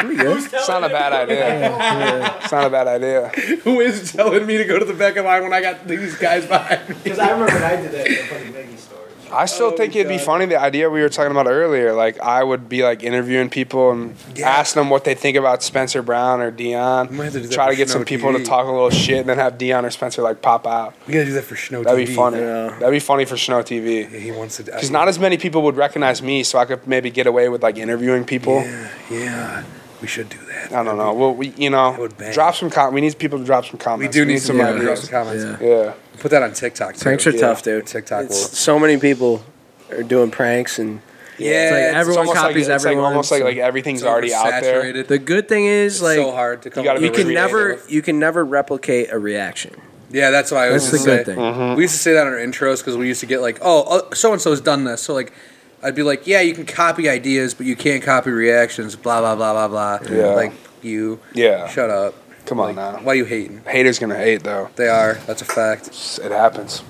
Speaker 3: pretty good.
Speaker 4: It's not a bad idea. It's not a bad idea.
Speaker 2: Who is telling me to go to the back of line when I got these guys behind me?
Speaker 6: Because I remember when I did that in the fucking Maggie store.
Speaker 4: I still
Speaker 2: Oh,
Speaker 4: think it'd be
Speaker 2: God.
Speaker 4: funny the idea we were talking about earlier. Like I would be like interviewing people and
Speaker 2: Yeah.
Speaker 4: asking them what they think about Spencer Brown or Dion.
Speaker 2: might have to do that
Speaker 4: Try
Speaker 2: for
Speaker 4: to get some
Speaker 2: Snow
Speaker 4: people to
Speaker 2: TV.
Speaker 4: talk a little shit and then have Dion or Spencer like pop out.
Speaker 2: We gotta do that for Snow
Speaker 4: That'd be
Speaker 2: TV.
Speaker 4: funny.
Speaker 3: yeah.
Speaker 4: That'd be funny for Snow TV.
Speaker 2: Yeah, he wants to.
Speaker 4: Because not as many people would recognize me, so I could maybe get away with like interviewing people.
Speaker 2: Yeah, yeah. We should do that.
Speaker 4: I don't know. Well, we you know
Speaker 2: would bang.
Speaker 4: drop some com- We need people to drop some
Speaker 2: We
Speaker 4: comments.
Speaker 2: do need some
Speaker 5: yeah,
Speaker 2: drop some comments.
Speaker 4: Yeah.
Speaker 2: Put that on TikTok. Too.
Speaker 3: Pranks are
Speaker 4: Yeah.
Speaker 3: tough, dude.
Speaker 2: TikTok
Speaker 3: It's-
Speaker 2: world.
Speaker 3: so many people are doing pranks, and
Speaker 2: Yeah,
Speaker 3: like everyone-
Speaker 4: almost
Speaker 3: copies
Speaker 4: like, it's like
Speaker 3: everyone,
Speaker 4: almost like
Speaker 3: so
Speaker 4: like everything's already out there.
Speaker 2: It's
Speaker 3: the good thing is like
Speaker 2: so hard to come.
Speaker 4: gotta
Speaker 2: up
Speaker 4: be
Speaker 3: you
Speaker 2: with
Speaker 3: can
Speaker 2: a
Speaker 4: creative.
Speaker 3: never
Speaker 2: creative-
Speaker 3: you can never replicate a reaction.
Speaker 2: Yeah, that's why I was.
Speaker 3: That's the
Speaker 2: just say,
Speaker 3: good thing.
Speaker 2: We used to say that on our intros because we used to get like, oh, so and so's done this. So like, I'd be like, yeah, you can copy ideas, but you can't copy reactions. Blah blah blah blah blah.
Speaker 4: Yeah.
Speaker 2: Like you.
Speaker 4: Yeah.
Speaker 2: Shut up.
Speaker 4: Come on
Speaker 2: Like,
Speaker 4: now.
Speaker 2: Why you hating?
Speaker 4: Haters gonna hate though.
Speaker 2: They are. That's a fact.
Speaker 4: It happens.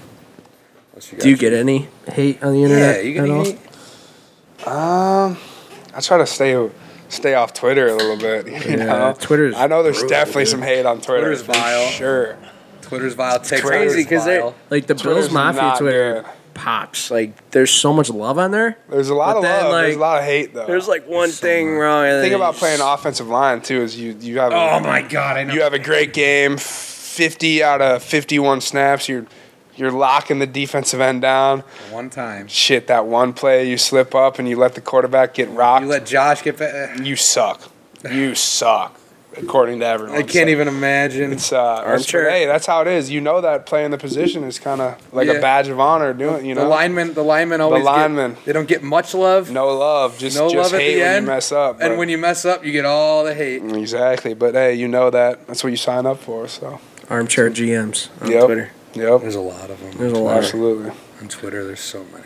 Speaker 2: What
Speaker 3: Do you get any hate on the internet
Speaker 2: Yeah, you can
Speaker 3: at all?
Speaker 2: hate.
Speaker 4: Um, I try to stay stay off Twitter a little bit. You
Speaker 3: Yeah,
Speaker 4: know?
Speaker 3: Twitter's
Speaker 4: I know there's
Speaker 3: brutal,
Speaker 4: definitely some hate on Twitter.
Speaker 2: Twitter's
Speaker 4: for
Speaker 2: vile.
Speaker 4: Sure.
Speaker 2: Twitter's vile. TikTok's
Speaker 3: crazy because they
Speaker 2: vile.
Speaker 3: like the
Speaker 4: Twitter's
Speaker 3: Bills Mafia
Speaker 4: not
Speaker 3: Twitter
Speaker 4: good.
Speaker 3: pops. Like there's so much love on there.
Speaker 4: There's a lot
Speaker 3: But
Speaker 4: of
Speaker 3: then,
Speaker 4: love. there's a
Speaker 3: like,
Speaker 4: lot of hate though.
Speaker 3: There's like one thing wrong. and
Speaker 4: the thing
Speaker 3: then
Speaker 4: about
Speaker 3: you s-
Speaker 4: playing offensive line too is you you have
Speaker 2: Oh
Speaker 4: a,
Speaker 2: my god, I know.
Speaker 4: you have a great game. Fifty out of fifty-one snaps. You're you're locking the defensive end down.
Speaker 2: one time.
Speaker 4: Shit, that one play you slip up and you let the quarterback get rocked.
Speaker 2: You let Josh get back.
Speaker 4: you suck. You suck. according to everyone.
Speaker 2: I can't
Speaker 4: so.
Speaker 2: even imagine.
Speaker 4: It's, uh, it's-
Speaker 3: Armchair.
Speaker 4: Hey, that's how it is. You know that playing the position is kind of like
Speaker 2: Yeah.
Speaker 4: a badge of honor. Doing you know
Speaker 2: the linemen, the linemen always get-
Speaker 4: linemen.
Speaker 2: they don't get much love.
Speaker 4: no love, just
Speaker 2: no
Speaker 4: just
Speaker 2: love at
Speaker 4: hate
Speaker 2: the
Speaker 4: when
Speaker 2: end.
Speaker 4: you mess up.
Speaker 2: and
Speaker 4: but-
Speaker 2: when you mess up, you get all the hate.
Speaker 4: exactly, but hey, you know that that's what you sign up for. So
Speaker 3: Armchair GMs on
Speaker 4: Yep.
Speaker 3: Twitter.
Speaker 4: yep,
Speaker 2: There's a lot of them.
Speaker 3: There's a lot. Uh-huh.
Speaker 4: absolutely.
Speaker 2: on Twitter. There's so many.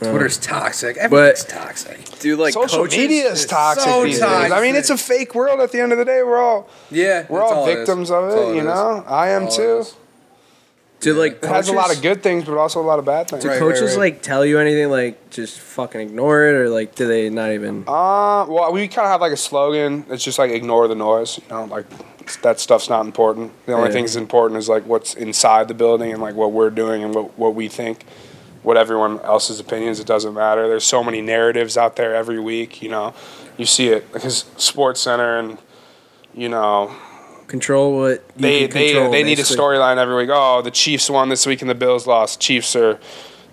Speaker 2: Twitter's toxic.
Speaker 3: Everything's
Speaker 2: Everything's toxic.
Speaker 3: Do like
Speaker 4: Social media is toxic
Speaker 2: so
Speaker 4: these days. I
Speaker 2: toxic.
Speaker 4: mean, it's a fake world. At the end of the day, we're all
Speaker 2: Yeah,
Speaker 4: we're
Speaker 2: that's
Speaker 4: all
Speaker 2: it is.
Speaker 4: victims of
Speaker 2: That's all
Speaker 4: it. You
Speaker 2: is.
Speaker 4: know, I am
Speaker 2: That's all
Speaker 4: too.
Speaker 2: it is.
Speaker 3: Do like
Speaker 4: It has a lot of good things, but also a lot of bad things.
Speaker 3: Do
Speaker 2: Right,
Speaker 3: coaches
Speaker 2: right.
Speaker 3: like tell you anything? Like just fucking ignore it, or like do they not even?
Speaker 4: Uh, well, we kind of have like a slogan. It's just like ignore the noise. You know, like that stuff's not important. The only
Speaker 3: Yeah.
Speaker 4: thing that's important is like what's inside the building and like what we're doing and what, what we think. What everyone else's opinions, it doesn't matter. There's so many narratives out there every week. You know, you see it because Sports Center and you know
Speaker 3: Control what you
Speaker 4: they
Speaker 3: can
Speaker 4: they
Speaker 3: control,
Speaker 4: they need a
Speaker 3: basically.
Speaker 4: storyline every week. Oh, the Chiefs won this week and the Bills lost. Chiefs are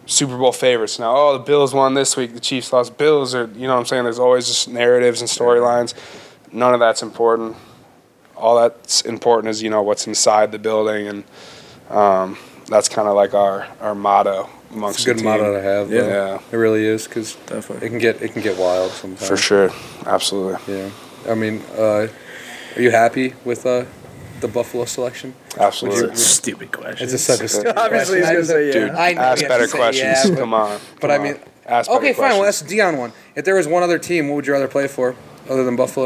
Speaker 4: Super Bowl favorites now. Oh, the Bills won this week. The Chiefs lost. Bills are you know what I'm saying. There's always just narratives and storylines. None of that's important. All that's important is you know what's inside the building, and um, that's kind of like our our motto amongst
Speaker 2: It's a good
Speaker 4: the
Speaker 2: motto
Speaker 4: team.
Speaker 2: to have.
Speaker 4: Yeah.
Speaker 2: Yeah, it really is because
Speaker 3: Definitely.
Speaker 2: it can get it can get wild sometimes.
Speaker 4: for sure, absolutely.
Speaker 2: Yeah, I mean, uh, are you happy with uh, the Buffalo selection?
Speaker 4: Absolutely.
Speaker 3: Stupid question.
Speaker 2: It's a such a stupid
Speaker 3: Obviously, he's
Speaker 2: question.
Speaker 3: gonna say yeah.
Speaker 4: Dude,
Speaker 2: I know
Speaker 4: ask
Speaker 2: you have
Speaker 4: better
Speaker 2: to say
Speaker 4: questions.
Speaker 2: yeah, but-
Speaker 4: Come on.
Speaker 2: But
Speaker 4: come
Speaker 2: I mean,
Speaker 4: on. ask better
Speaker 2: okay, fine. Well,
Speaker 4: questions.
Speaker 2: that's the Dion one. If there was one other team, what would you rather play for, other than Buffalo?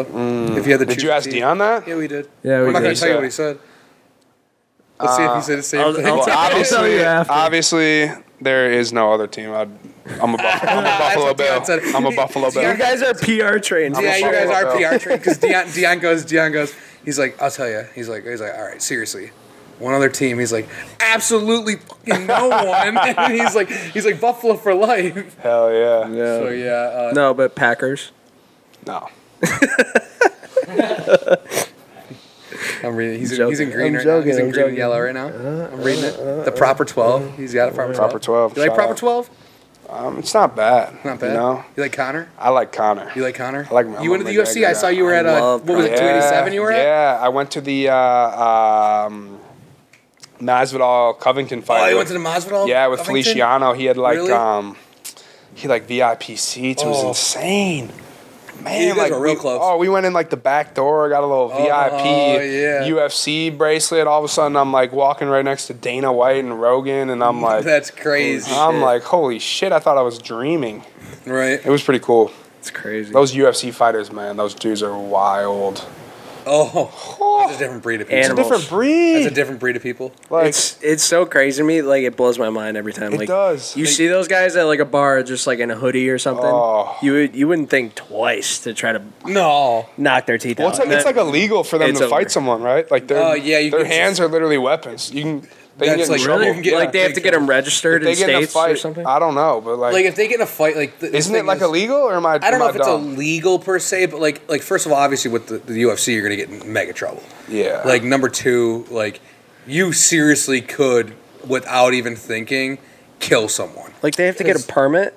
Speaker 2: if you had to
Speaker 4: Mm. Did
Speaker 2: choose
Speaker 4: you
Speaker 2: a
Speaker 4: ask
Speaker 2: team?
Speaker 4: Dion that?
Speaker 2: Yeah, we did.
Speaker 3: Yeah, we
Speaker 2: I'm not
Speaker 3: did.
Speaker 2: gonna tell you what he said. Let's see if he said the same
Speaker 3: I'll-
Speaker 2: thing.
Speaker 3: I'll
Speaker 4: Well,
Speaker 3: tell- tell
Speaker 4: obviously,
Speaker 3: you after.
Speaker 4: obviously, there is no other team. I'd, I'm a, Buff- I'm a Buffalo
Speaker 2: what Deion said.
Speaker 4: Bill. I'm a Buffalo
Speaker 2: Deion-
Speaker 4: Bill.
Speaker 3: you guys are PR trained.
Speaker 4: I'm
Speaker 2: yeah,
Speaker 4: a
Speaker 2: you guys are
Speaker 4: Buffalo Bill.
Speaker 2: PR trained because Dion, Dion goes, Dion goes. He's like, I'll tell you. He's like, he's like, all right, seriously. One other team. He's like, absolutely fucking no one. and he's like, he's like Buffalo for life.
Speaker 4: Hell yeah.
Speaker 5: So yeah, uh,
Speaker 3: No, but Packers.
Speaker 4: No.
Speaker 2: I'm reading. He's,
Speaker 3: I'm
Speaker 2: he's in green
Speaker 3: joking,
Speaker 2: right now. He's in
Speaker 3: I'm
Speaker 2: green
Speaker 3: joking.
Speaker 2: and yellow right now. I'm reading it. The proper twelve. He's got a proper twelve.
Speaker 4: Proper 12,
Speaker 2: You like
Speaker 4: shout
Speaker 2: proper
Speaker 4: out.
Speaker 2: twelve?
Speaker 4: Um, it's not bad.
Speaker 2: Not bad.
Speaker 4: You know?
Speaker 2: You like Connor?
Speaker 4: I like Connor.
Speaker 2: You like Connor?
Speaker 4: I like my-
Speaker 2: You went to
Speaker 4: my
Speaker 2: the UFC. I
Speaker 4: McGregor.
Speaker 2: saw you were
Speaker 3: I
Speaker 2: at uh,
Speaker 3: love
Speaker 2: what was it,
Speaker 3: Connor.
Speaker 2: two eighty seven? You were
Speaker 4: yeah,
Speaker 2: at.
Speaker 4: Yeah, I went to the uh, um, Masvidal Covington fight.
Speaker 2: Oh, you went
Speaker 4: with-
Speaker 2: to the Masvidal.
Speaker 4: Yeah, with
Speaker 2: Covington?
Speaker 4: Feliciano, he had like
Speaker 2: Really?
Speaker 4: um, he had, like VIP seats. It was
Speaker 2: Oh.
Speaker 4: insane. Man,
Speaker 2: you guys
Speaker 4: like
Speaker 2: were real
Speaker 4: we-
Speaker 2: close.
Speaker 4: Oh, we went in like the back door, got a little
Speaker 2: Oh,
Speaker 4: VIP
Speaker 2: yeah.
Speaker 4: UFC bracelet. All of a sudden, I'm like walking right next to Dana White and Rogan, and I'm like,
Speaker 2: That's crazy.
Speaker 4: I'm like, holy shit! I thought I was dreaming.
Speaker 2: Right.
Speaker 4: It was pretty cool.
Speaker 3: It's crazy.
Speaker 4: Those UFC fighters, man, those dudes are wild.
Speaker 2: Oh,
Speaker 4: Oh,
Speaker 2: that's a different breed of people.
Speaker 3: Animal.
Speaker 4: it's a different breed.
Speaker 2: That's a different breed of people.
Speaker 4: like,
Speaker 3: it's it's so crazy to me. Like it blows my mind every time.
Speaker 4: It
Speaker 3: like
Speaker 4: does.
Speaker 3: You see those guys at like a bar, just like in a hoodie or something.
Speaker 4: Oh.
Speaker 3: You would you wouldn't think twice to try to
Speaker 2: No.
Speaker 3: knock their teeth
Speaker 4: Well,
Speaker 3: out.
Speaker 4: it's like, it's like illegal for them
Speaker 3: It's
Speaker 4: to
Speaker 3: over.
Speaker 4: fight someone, right? Like their
Speaker 2: Oh, yeah, you
Speaker 4: their
Speaker 2: can-
Speaker 4: hands are literally weapons. You can they can
Speaker 2: That's
Speaker 4: get in
Speaker 2: like-
Speaker 4: trouble.
Speaker 3: really?
Speaker 2: you can get,
Speaker 3: like
Speaker 2: like,
Speaker 3: they have to
Speaker 2: big
Speaker 3: get them registered
Speaker 4: If they
Speaker 3: in
Speaker 4: get in a
Speaker 3: states or
Speaker 4: fight,
Speaker 3: something.
Speaker 4: I don't know, but like,
Speaker 2: Like if they get in a fight, like the,
Speaker 4: isn't it like
Speaker 2: a
Speaker 4: illegal or am I?
Speaker 2: I don't know if it's
Speaker 4: dumb?
Speaker 2: illegal per se, but like, like first of all, obviously with the, the UFC, you're gonna get in mega trouble.
Speaker 4: Yeah.
Speaker 2: Like number two, like you seriously could, without even thinking, kill someone.
Speaker 3: Like they have to get a
Speaker 2: Yes.
Speaker 3: permit.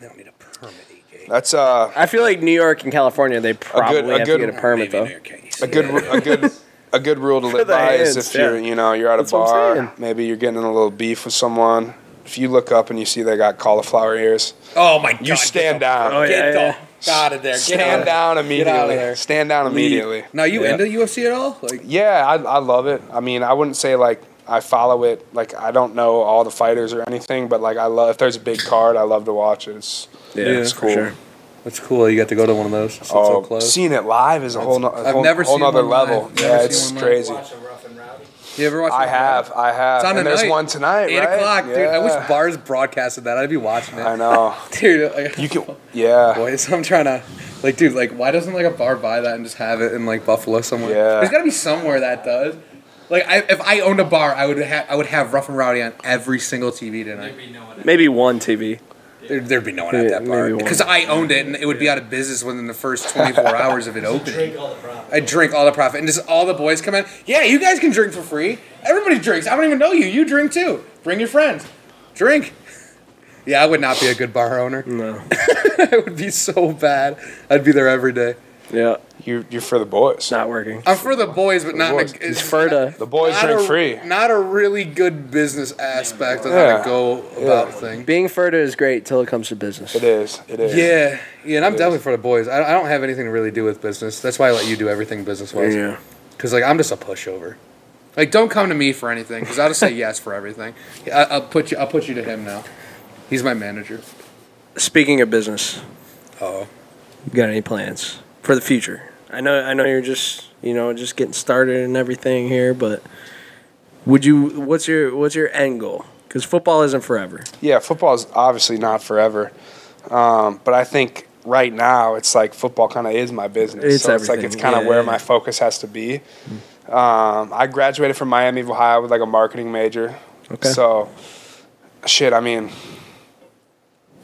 Speaker 2: They don't need a permit, E AJ.
Speaker 4: that's uh,
Speaker 3: I feel like New York and California, they probably
Speaker 4: a
Speaker 3: have
Speaker 4: good-
Speaker 3: to get a permit
Speaker 2: Maybe in
Speaker 3: though.
Speaker 2: your case.
Speaker 4: a good a good a good rule to live
Speaker 3: the
Speaker 4: by is
Speaker 3: hands,
Speaker 4: if you're
Speaker 3: yeah.
Speaker 4: you know you're at a
Speaker 3: That's what I'm saying.
Speaker 4: bar, maybe you're getting in a little beef with someone. If you look up and you see they got cauliflower ears,
Speaker 2: Oh my god!
Speaker 4: you stand
Speaker 2: get
Speaker 4: down.
Speaker 3: Oh,
Speaker 2: The,
Speaker 3: yeah,
Speaker 2: get
Speaker 3: yeah.
Speaker 2: the out of there. Get
Speaker 4: Stand
Speaker 2: outta there.
Speaker 4: down immediately.
Speaker 2: there.
Speaker 4: Stand down immediately.
Speaker 2: Now you
Speaker 3: Yeah.
Speaker 2: into UFC at all? Like
Speaker 4: Yeah, I, I love it. I mean, I wouldn't say like I follow it. Like I don't know all the fighters or anything, but like I love if there's a big card, I love to watch it. It's
Speaker 3: Yeah,
Speaker 4: it's
Speaker 3: for
Speaker 4: cool.
Speaker 3: sure.
Speaker 2: that's cool. You got to go to one of those. It's
Speaker 4: oh,
Speaker 2: so close.
Speaker 4: seeing it live is a whole, no, a
Speaker 2: I've
Speaker 4: whole,
Speaker 2: never
Speaker 4: whole
Speaker 2: seen
Speaker 4: nother
Speaker 2: one live.
Speaker 4: level.
Speaker 2: Never
Speaker 4: Yeah,
Speaker 2: seen
Speaker 4: it's
Speaker 2: one live.
Speaker 4: crazy.
Speaker 6: Watch a rough and rowdy.
Speaker 2: you ever watch?
Speaker 4: I
Speaker 2: that?
Speaker 4: have, I have,
Speaker 2: It's on
Speaker 4: and
Speaker 2: tonight.
Speaker 4: there's one tonight.
Speaker 2: Eight
Speaker 4: right?
Speaker 2: o'clock, dude. I
Speaker 4: Yeah.
Speaker 2: wish bars broadcasted that. I'd be watching it.
Speaker 4: I know.
Speaker 2: dude. Like,
Speaker 4: You can, yeah.
Speaker 2: boys, I'm trying to, like, dude, like, why doesn't like a bar buy that and just have it in like Buffalo somewhere?
Speaker 4: Yeah.
Speaker 2: There's gotta be somewhere that does. Like, I, if I owned a bar, I would have I would have Rough and Rowdy on every single TV tonight.
Speaker 6: There'd be no one at
Speaker 3: Maybe one TV.
Speaker 2: There, there'd be no one at
Speaker 3: Yeah,
Speaker 2: that bar
Speaker 3: maybe one.
Speaker 2: because I owned it and it would be out of business within the first 24 hours of it opening.
Speaker 6: Drink all the profit.
Speaker 2: I drink all the profit, and just all the boys come in. Yeah, you guys can drink for free. Everybody drinks. I don't even know you. You drink too. Bring your friends. Drink. Yeah, I would not be a good bar owner.
Speaker 3: No.
Speaker 2: I would be so bad. I'd be there every day.
Speaker 3: Yeah.
Speaker 4: You you're for the boys.
Speaker 3: not working.
Speaker 5: I'm for the boys, but not.
Speaker 4: boys.
Speaker 5: In a,
Speaker 3: He's for the.
Speaker 4: The boys
Speaker 5: not
Speaker 4: drink
Speaker 5: a-
Speaker 4: free.
Speaker 5: Not a really good business aspect of how
Speaker 4: Yeah.
Speaker 5: to go about things.
Speaker 3: Being further is great till it comes to business.
Speaker 4: It is. It is.
Speaker 2: Yeah, yeah, and I'm definitely for the boys. I, I don't have anything to really do with business. That's why I let you do everything business wise.
Speaker 3: Yeah.
Speaker 2: Because like I'm just a pushover.
Speaker 5: Like, don't come to me for anything because I'll just say yes for everything. I, I'll put you. I'll put you to him now. He's my manager.
Speaker 3: Speaking of business,
Speaker 2: Oh,
Speaker 3: you got any plans for the future? I know, I know you're just you know just getting started and everything here, but would you? What's your what's your end goal? Because football isn't forever.
Speaker 4: Yeah, football is obviously not forever, um, but I think right now it's like football kind of is my business.
Speaker 3: It's
Speaker 4: so it's like
Speaker 3: everything.
Speaker 4: it's kind of
Speaker 3: Yeah,
Speaker 4: where
Speaker 3: yeah.
Speaker 4: my focus has to be. Um, I graduated from Miami of Ohio with like a marketing major.
Speaker 3: Okay.
Speaker 4: So, shit. I mean,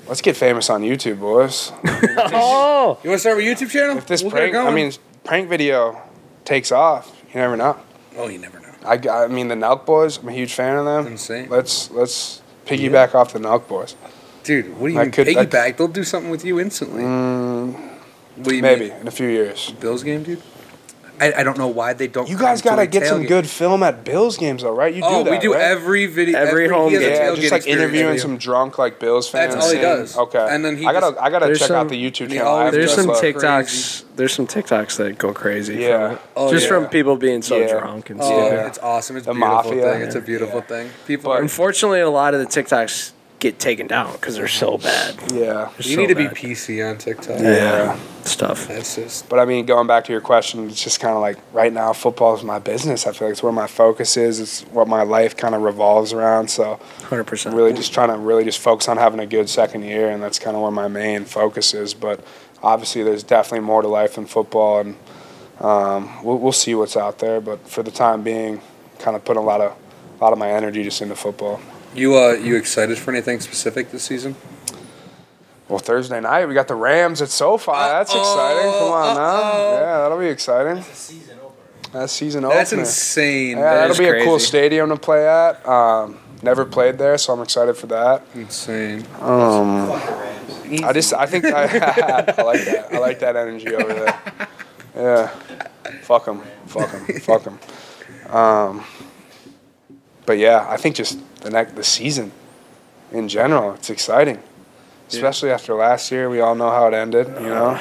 Speaker 4: let's get famous on YouTube, boys.
Speaker 3: Oh,
Speaker 2: you want to start with YouTube channel?
Speaker 4: If this
Speaker 2: We'll get it
Speaker 4: prank, I
Speaker 2: going.
Speaker 4: mean, prank video takes off, you never know.
Speaker 2: oh, you never know.
Speaker 4: I, I mean, the Nelk boys. I'm a huge fan of them.
Speaker 2: Insane.
Speaker 4: Let's let's piggyback off the Nelk boys.
Speaker 2: Dude, what do you
Speaker 4: I
Speaker 2: mean
Speaker 4: could- I- Mm,
Speaker 2: piggyback? They'll do something with you instantly. what do you
Speaker 4: Maybe
Speaker 2: mean?
Speaker 4: in a few years.
Speaker 2: Bills game, dude? I, I don't know why they don't.
Speaker 4: You guys
Speaker 2: come to
Speaker 4: gotta
Speaker 2: a
Speaker 4: get some
Speaker 2: tailgate.
Speaker 4: good film at Bills games, though, right? You
Speaker 2: Oh,
Speaker 4: do that,
Speaker 2: we do
Speaker 4: right?
Speaker 2: every video,
Speaker 3: Every home
Speaker 2: he has a
Speaker 3: game.
Speaker 4: yeah,
Speaker 2: tailgate
Speaker 4: just like
Speaker 2: experience
Speaker 4: interviewing
Speaker 2: every-
Speaker 4: some drunk like Bills fans.
Speaker 2: That's all he
Speaker 4: and-
Speaker 2: does.
Speaker 4: Okay,
Speaker 2: And then he
Speaker 4: I gotta
Speaker 2: just-
Speaker 4: I gotta
Speaker 3: There's
Speaker 4: check
Speaker 3: some-
Speaker 4: out the YouTube
Speaker 2: he
Speaker 4: channel.
Speaker 2: always
Speaker 4: after
Speaker 3: there's
Speaker 4: this,
Speaker 3: some
Speaker 4: but-
Speaker 2: tick-
Speaker 3: TikToks. There's some TikToks that go crazy. from
Speaker 4: Yeah.
Speaker 3: it.
Speaker 2: Oh,
Speaker 3: just
Speaker 2: yeah.
Speaker 3: from people being so
Speaker 4: Yeah.
Speaker 3: drunk and
Speaker 2: Oh,
Speaker 3: stuff.
Speaker 4: Yeah.
Speaker 2: it's awesome. It's a
Speaker 4: The
Speaker 2: beautiful
Speaker 4: mafia.
Speaker 2: thing. It's a beautiful thing. People,
Speaker 4: But-
Speaker 2: are,
Speaker 3: Unfortunately, a lot of the TikToks get taken down because they're so bad.
Speaker 4: Yeah,
Speaker 3: They're
Speaker 2: you
Speaker 3: so
Speaker 2: need to be
Speaker 3: bad.
Speaker 2: PC on TikTok.
Speaker 4: yeah.
Speaker 3: stuff.
Speaker 2: That's just
Speaker 4: But I mean, going back to your question, it's just kind of like right now, football is my business. I feel like it's where my focus is. It's what my life kind of revolves around. So
Speaker 3: Hundred percent.
Speaker 4: I'm really just trying to really just focus on having a good second year, and that's kind of where my main focus is. But obviously, there's definitely more to life than football, and um, we'll, we'll see what's out there. But for the time being, kind of putting a lot of a lot of my energy just into football.
Speaker 2: you. Uh, you excited for anything specific this season?
Speaker 4: Well, Thursday night we got the Rams at SoFi. That's exciting. Come on now, yeah, that'll be exciting.
Speaker 6: It's a season opener.
Speaker 4: That's season
Speaker 2: That's
Speaker 4: opener.
Speaker 2: insane.
Speaker 4: Yeah,
Speaker 2: That
Speaker 4: that'll
Speaker 2: is
Speaker 4: be a cool
Speaker 3: crazy.
Speaker 4: stadium to play at. Um, never played there, so I'm excited for that.
Speaker 2: insane.
Speaker 6: Fuck the Rams.
Speaker 4: I just, I think I, I like that. I like that energy over there. Yeah. Fuck them. Fuck them. Fuck them. Um, but yeah, I think just the next, the season in general, it's exciting. Especially after last year, we all know how it ended, you know?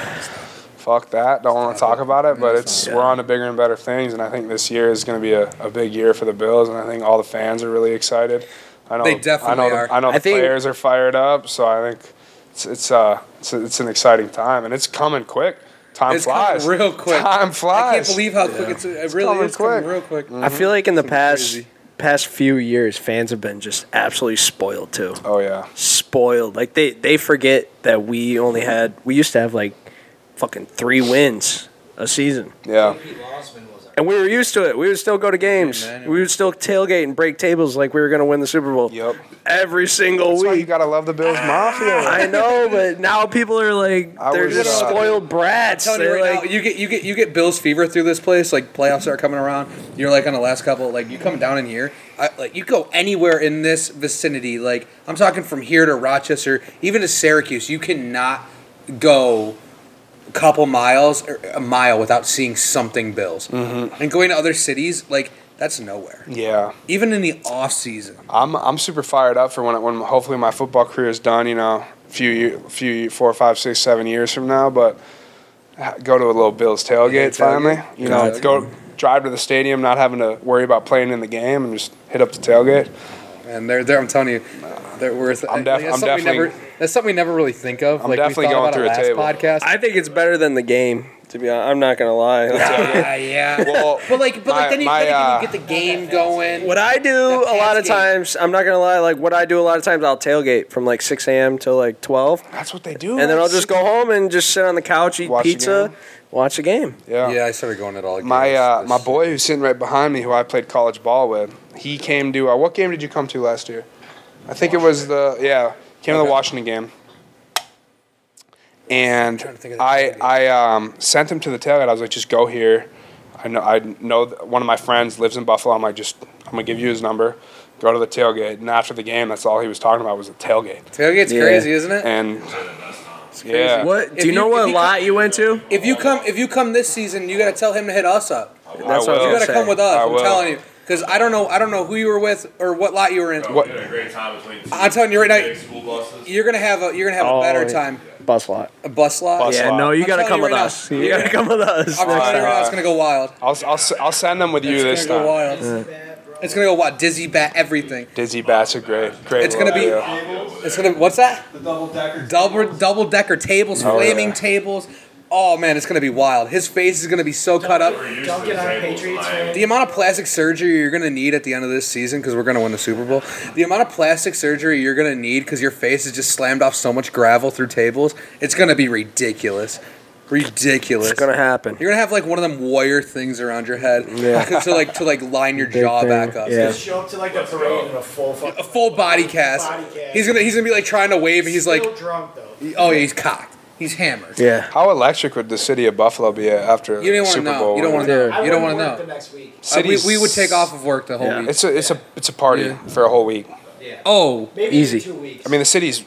Speaker 4: Fuck that. Don't want to talk about it, but it's we're on to bigger and better things, and I think this year is going to be a, a big year for the Bills, and I think all the fans are really excited. I know
Speaker 2: They
Speaker 4: I know
Speaker 2: definitely
Speaker 4: the,
Speaker 2: are.
Speaker 4: I know
Speaker 3: I
Speaker 4: the
Speaker 3: think-
Speaker 4: players are fired up, so I think it's it's uh it's, it's an exciting time, and it's coming quick. Time
Speaker 2: It's coming
Speaker 4: flies
Speaker 2: reil quick.
Speaker 4: Time flies.
Speaker 2: I can't believe how quick it's. It really
Speaker 4: coming
Speaker 2: is coming
Speaker 4: quick. Mm.
Speaker 2: real quick.
Speaker 3: I feel like in the past
Speaker 2: crazy.
Speaker 3: past few years, fans have been just absolutely spoiled too.
Speaker 4: Oh yeah.
Speaker 3: Spoiled. Like they they forget that we only had we used to have like fucking three wins a season,
Speaker 4: Yeah.
Speaker 6: Pete Losman was our
Speaker 3: and we were used to it. We would still go to games.
Speaker 2: man, it
Speaker 3: we would still tailgate and break tables like we were gonna win the Super Bowl.
Speaker 4: Yep.
Speaker 3: Every single
Speaker 4: That's why you
Speaker 3: week.
Speaker 4: gotta love the Bills Mafia.
Speaker 3: I know, but now people are like
Speaker 4: I
Speaker 3: they're
Speaker 4: was,
Speaker 3: just
Speaker 4: uh,
Speaker 3: spoiled brats.
Speaker 2: telling you
Speaker 3: They're
Speaker 2: right
Speaker 3: like
Speaker 2: now, you get you get you get Bills fever through this place. Like playoffs are coming around. You're like on the last couple. Like you come down in here. I, like you go anywhere in this vicinity. Like I'm talking from here to Rochester, even to Syracuse. You cannot go a couple miles or a mile without seeing something Bills.
Speaker 4: Mm-hmm.
Speaker 2: And going to other cities, like that's nowhere.
Speaker 4: yeah.
Speaker 2: Even in the off season,
Speaker 4: I'm I'm super fired up for when it, when hopefully my football career is done. You know, few year, few year- four, five, six, seven years from now, but ha- go to a little Bills tailgate,
Speaker 2: Yeah, tailgate.
Speaker 4: finally. You know,
Speaker 2: Tailgate.
Speaker 4: go drive to the stadium, not having to worry about playing in the game, and just hit up the tailgate.
Speaker 2: and they're there. I'm telling you, they're worth.
Speaker 4: I'm def-
Speaker 2: that's
Speaker 4: I'm
Speaker 2: something we
Speaker 4: definitely-
Speaker 2: never. That's something we never really think of.
Speaker 4: I'm
Speaker 2: like
Speaker 4: definitely
Speaker 2: we
Speaker 4: going
Speaker 2: thought about it
Speaker 4: through a
Speaker 2: last Podcast.
Speaker 3: I think it's better than the game. To be honest, I'm not gonna lie.
Speaker 2: Yeah, yeah.
Speaker 4: Well,
Speaker 2: But like, but
Speaker 4: my-
Speaker 2: like, then you,
Speaker 4: my,
Speaker 2: then
Speaker 4: uh,
Speaker 2: you get the game going.
Speaker 3: What I do
Speaker 2: That
Speaker 3: a lot
Speaker 2: pants
Speaker 3: of
Speaker 2: game.
Speaker 3: times, I'm not gonna lie. Like what I do a lot of times, I'll tailgate from like 6 a.m. till like 12,
Speaker 4: That's what they do.
Speaker 3: and then I'll just go home and just sit on the couch, eat
Speaker 4: Watch the
Speaker 3: pizza,
Speaker 4: game.
Speaker 3: watch a game.
Speaker 4: Yeah.
Speaker 2: I started going at all. Games
Speaker 4: My uh, my boy who's sitting right behind me, who I played college ball with, he came to. Uh, what game did you come to last year? I think it was the yeah. Came to the Washington game. And
Speaker 2: trying to think of the
Speaker 4: I
Speaker 2: tailgate.
Speaker 4: I um, sent him to the tailgate. I was like, just go here. I know I know that one of my friends lives in Buffalo. I'm like, just I'm gonna give you his number. Go to the tailgate. And after the game, that's all he was talking about was the tailgate.
Speaker 2: Tailgate's
Speaker 3: Yeah.
Speaker 2: crazy, isn't it?
Speaker 4: And
Speaker 2: It's
Speaker 4: crazy. Yeah.
Speaker 3: What?
Speaker 2: If
Speaker 3: Do you know
Speaker 2: you- if
Speaker 3: what
Speaker 2: you
Speaker 3: lot you went to?
Speaker 2: If you come, if you come this season, you gotta tell him to hit us up.
Speaker 3: That's
Speaker 4: will.
Speaker 3: what I
Speaker 2: You
Speaker 3: was
Speaker 2: gotta
Speaker 3: gonna
Speaker 2: come
Speaker 3: say.
Speaker 2: with us.
Speaker 4: Oh, I
Speaker 2: I'm
Speaker 4: will.
Speaker 2: telling you, because I don't know, I don't know who you were with or what lot you were in.
Speaker 4: What-
Speaker 7: We had a great time between two
Speaker 2: I'm telling you right now-
Speaker 7: big school buses.
Speaker 2: You're gonna have a, you're gonna have
Speaker 3: Oh,
Speaker 2: a better
Speaker 3: yeah.
Speaker 2: time.
Speaker 3: Bus lot.
Speaker 2: A bus lot.
Speaker 4: Bus
Speaker 3: Yeah,
Speaker 4: lot.
Speaker 3: no, you
Speaker 2: I'm
Speaker 3: gotta
Speaker 2: telling
Speaker 3: come
Speaker 2: you
Speaker 3: with
Speaker 2: right
Speaker 3: us. You gotta come with us.
Speaker 2: I'm
Speaker 3: next
Speaker 2: telling you
Speaker 3: time.
Speaker 2: right now, it's gonna go wild.
Speaker 4: I'll, I'll, s- I'll send them with you
Speaker 2: It's
Speaker 4: this
Speaker 2: gonna
Speaker 4: time.
Speaker 2: go wild. It's gonna go wild. Dizzy bat everything.
Speaker 4: Dizzy Bats are great. Great.
Speaker 2: It's gonna
Speaker 4: little
Speaker 2: be-
Speaker 4: video.
Speaker 2: It's gonna. What's that?
Speaker 6: The double decker.
Speaker 2: Double double decker tables,
Speaker 4: Oh,
Speaker 2: flaming
Speaker 4: yeah.
Speaker 2: tables. Oh man, it's gonna be wild. His face is gonna be so cut up.
Speaker 7: We're used
Speaker 6: Don't
Speaker 7: to
Speaker 6: get
Speaker 7: the
Speaker 6: on
Speaker 7: tables
Speaker 6: Patriots
Speaker 7: in Miami.
Speaker 2: The amount of plastic surgery you're gonna need at the end of this season, because we're gonna win the Super Bowl. The amount of plastic surgery you're gonna need, because your face is just slammed off so much gravel through tables. It's gonna be ridiculous, ridiculous.
Speaker 3: It's gonna happen.
Speaker 2: you're gonna have like one of them wire things around your head
Speaker 3: Yeah.
Speaker 2: to like to like line your
Speaker 3: Big
Speaker 2: jaw
Speaker 3: thing,
Speaker 2: back up.
Speaker 3: yeah.
Speaker 6: Just show up to like a parade in a full fucking.
Speaker 2: A full body cast.
Speaker 6: Body cast.
Speaker 2: He's gonna he's gonna be like trying to wave, and he's
Speaker 6: Still
Speaker 2: like,
Speaker 6: drunk though.
Speaker 2: oh yeah, he's cocked. He's hammered.
Speaker 3: Yeah.
Speaker 4: How electric would the city of Buffalo be after
Speaker 2: You don't want to
Speaker 4: Super
Speaker 2: know.
Speaker 4: Bowl?
Speaker 2: You don't want
Speaker 4: win?
Speaker 2: to
Speaker 3: Yeah.
Speaker 2: know. You don't want to
Speaker 6: The
Speaker 2: know.
Speaker 6: next week.
Speaker 2: Uh, we,
Speaker 4: City's-
Speaker 2: we would take off of work the whole
Speaker 3: Yeah.
Speaker 2: week.
Speaker 4: It's a it's a it's a party for a whole week.
Speaker 2: Oh,
Speaker 6: Maybe
Speaker 3: Easy.
Speaker 6: in two weeks.
Speaker 4: I mean, the city's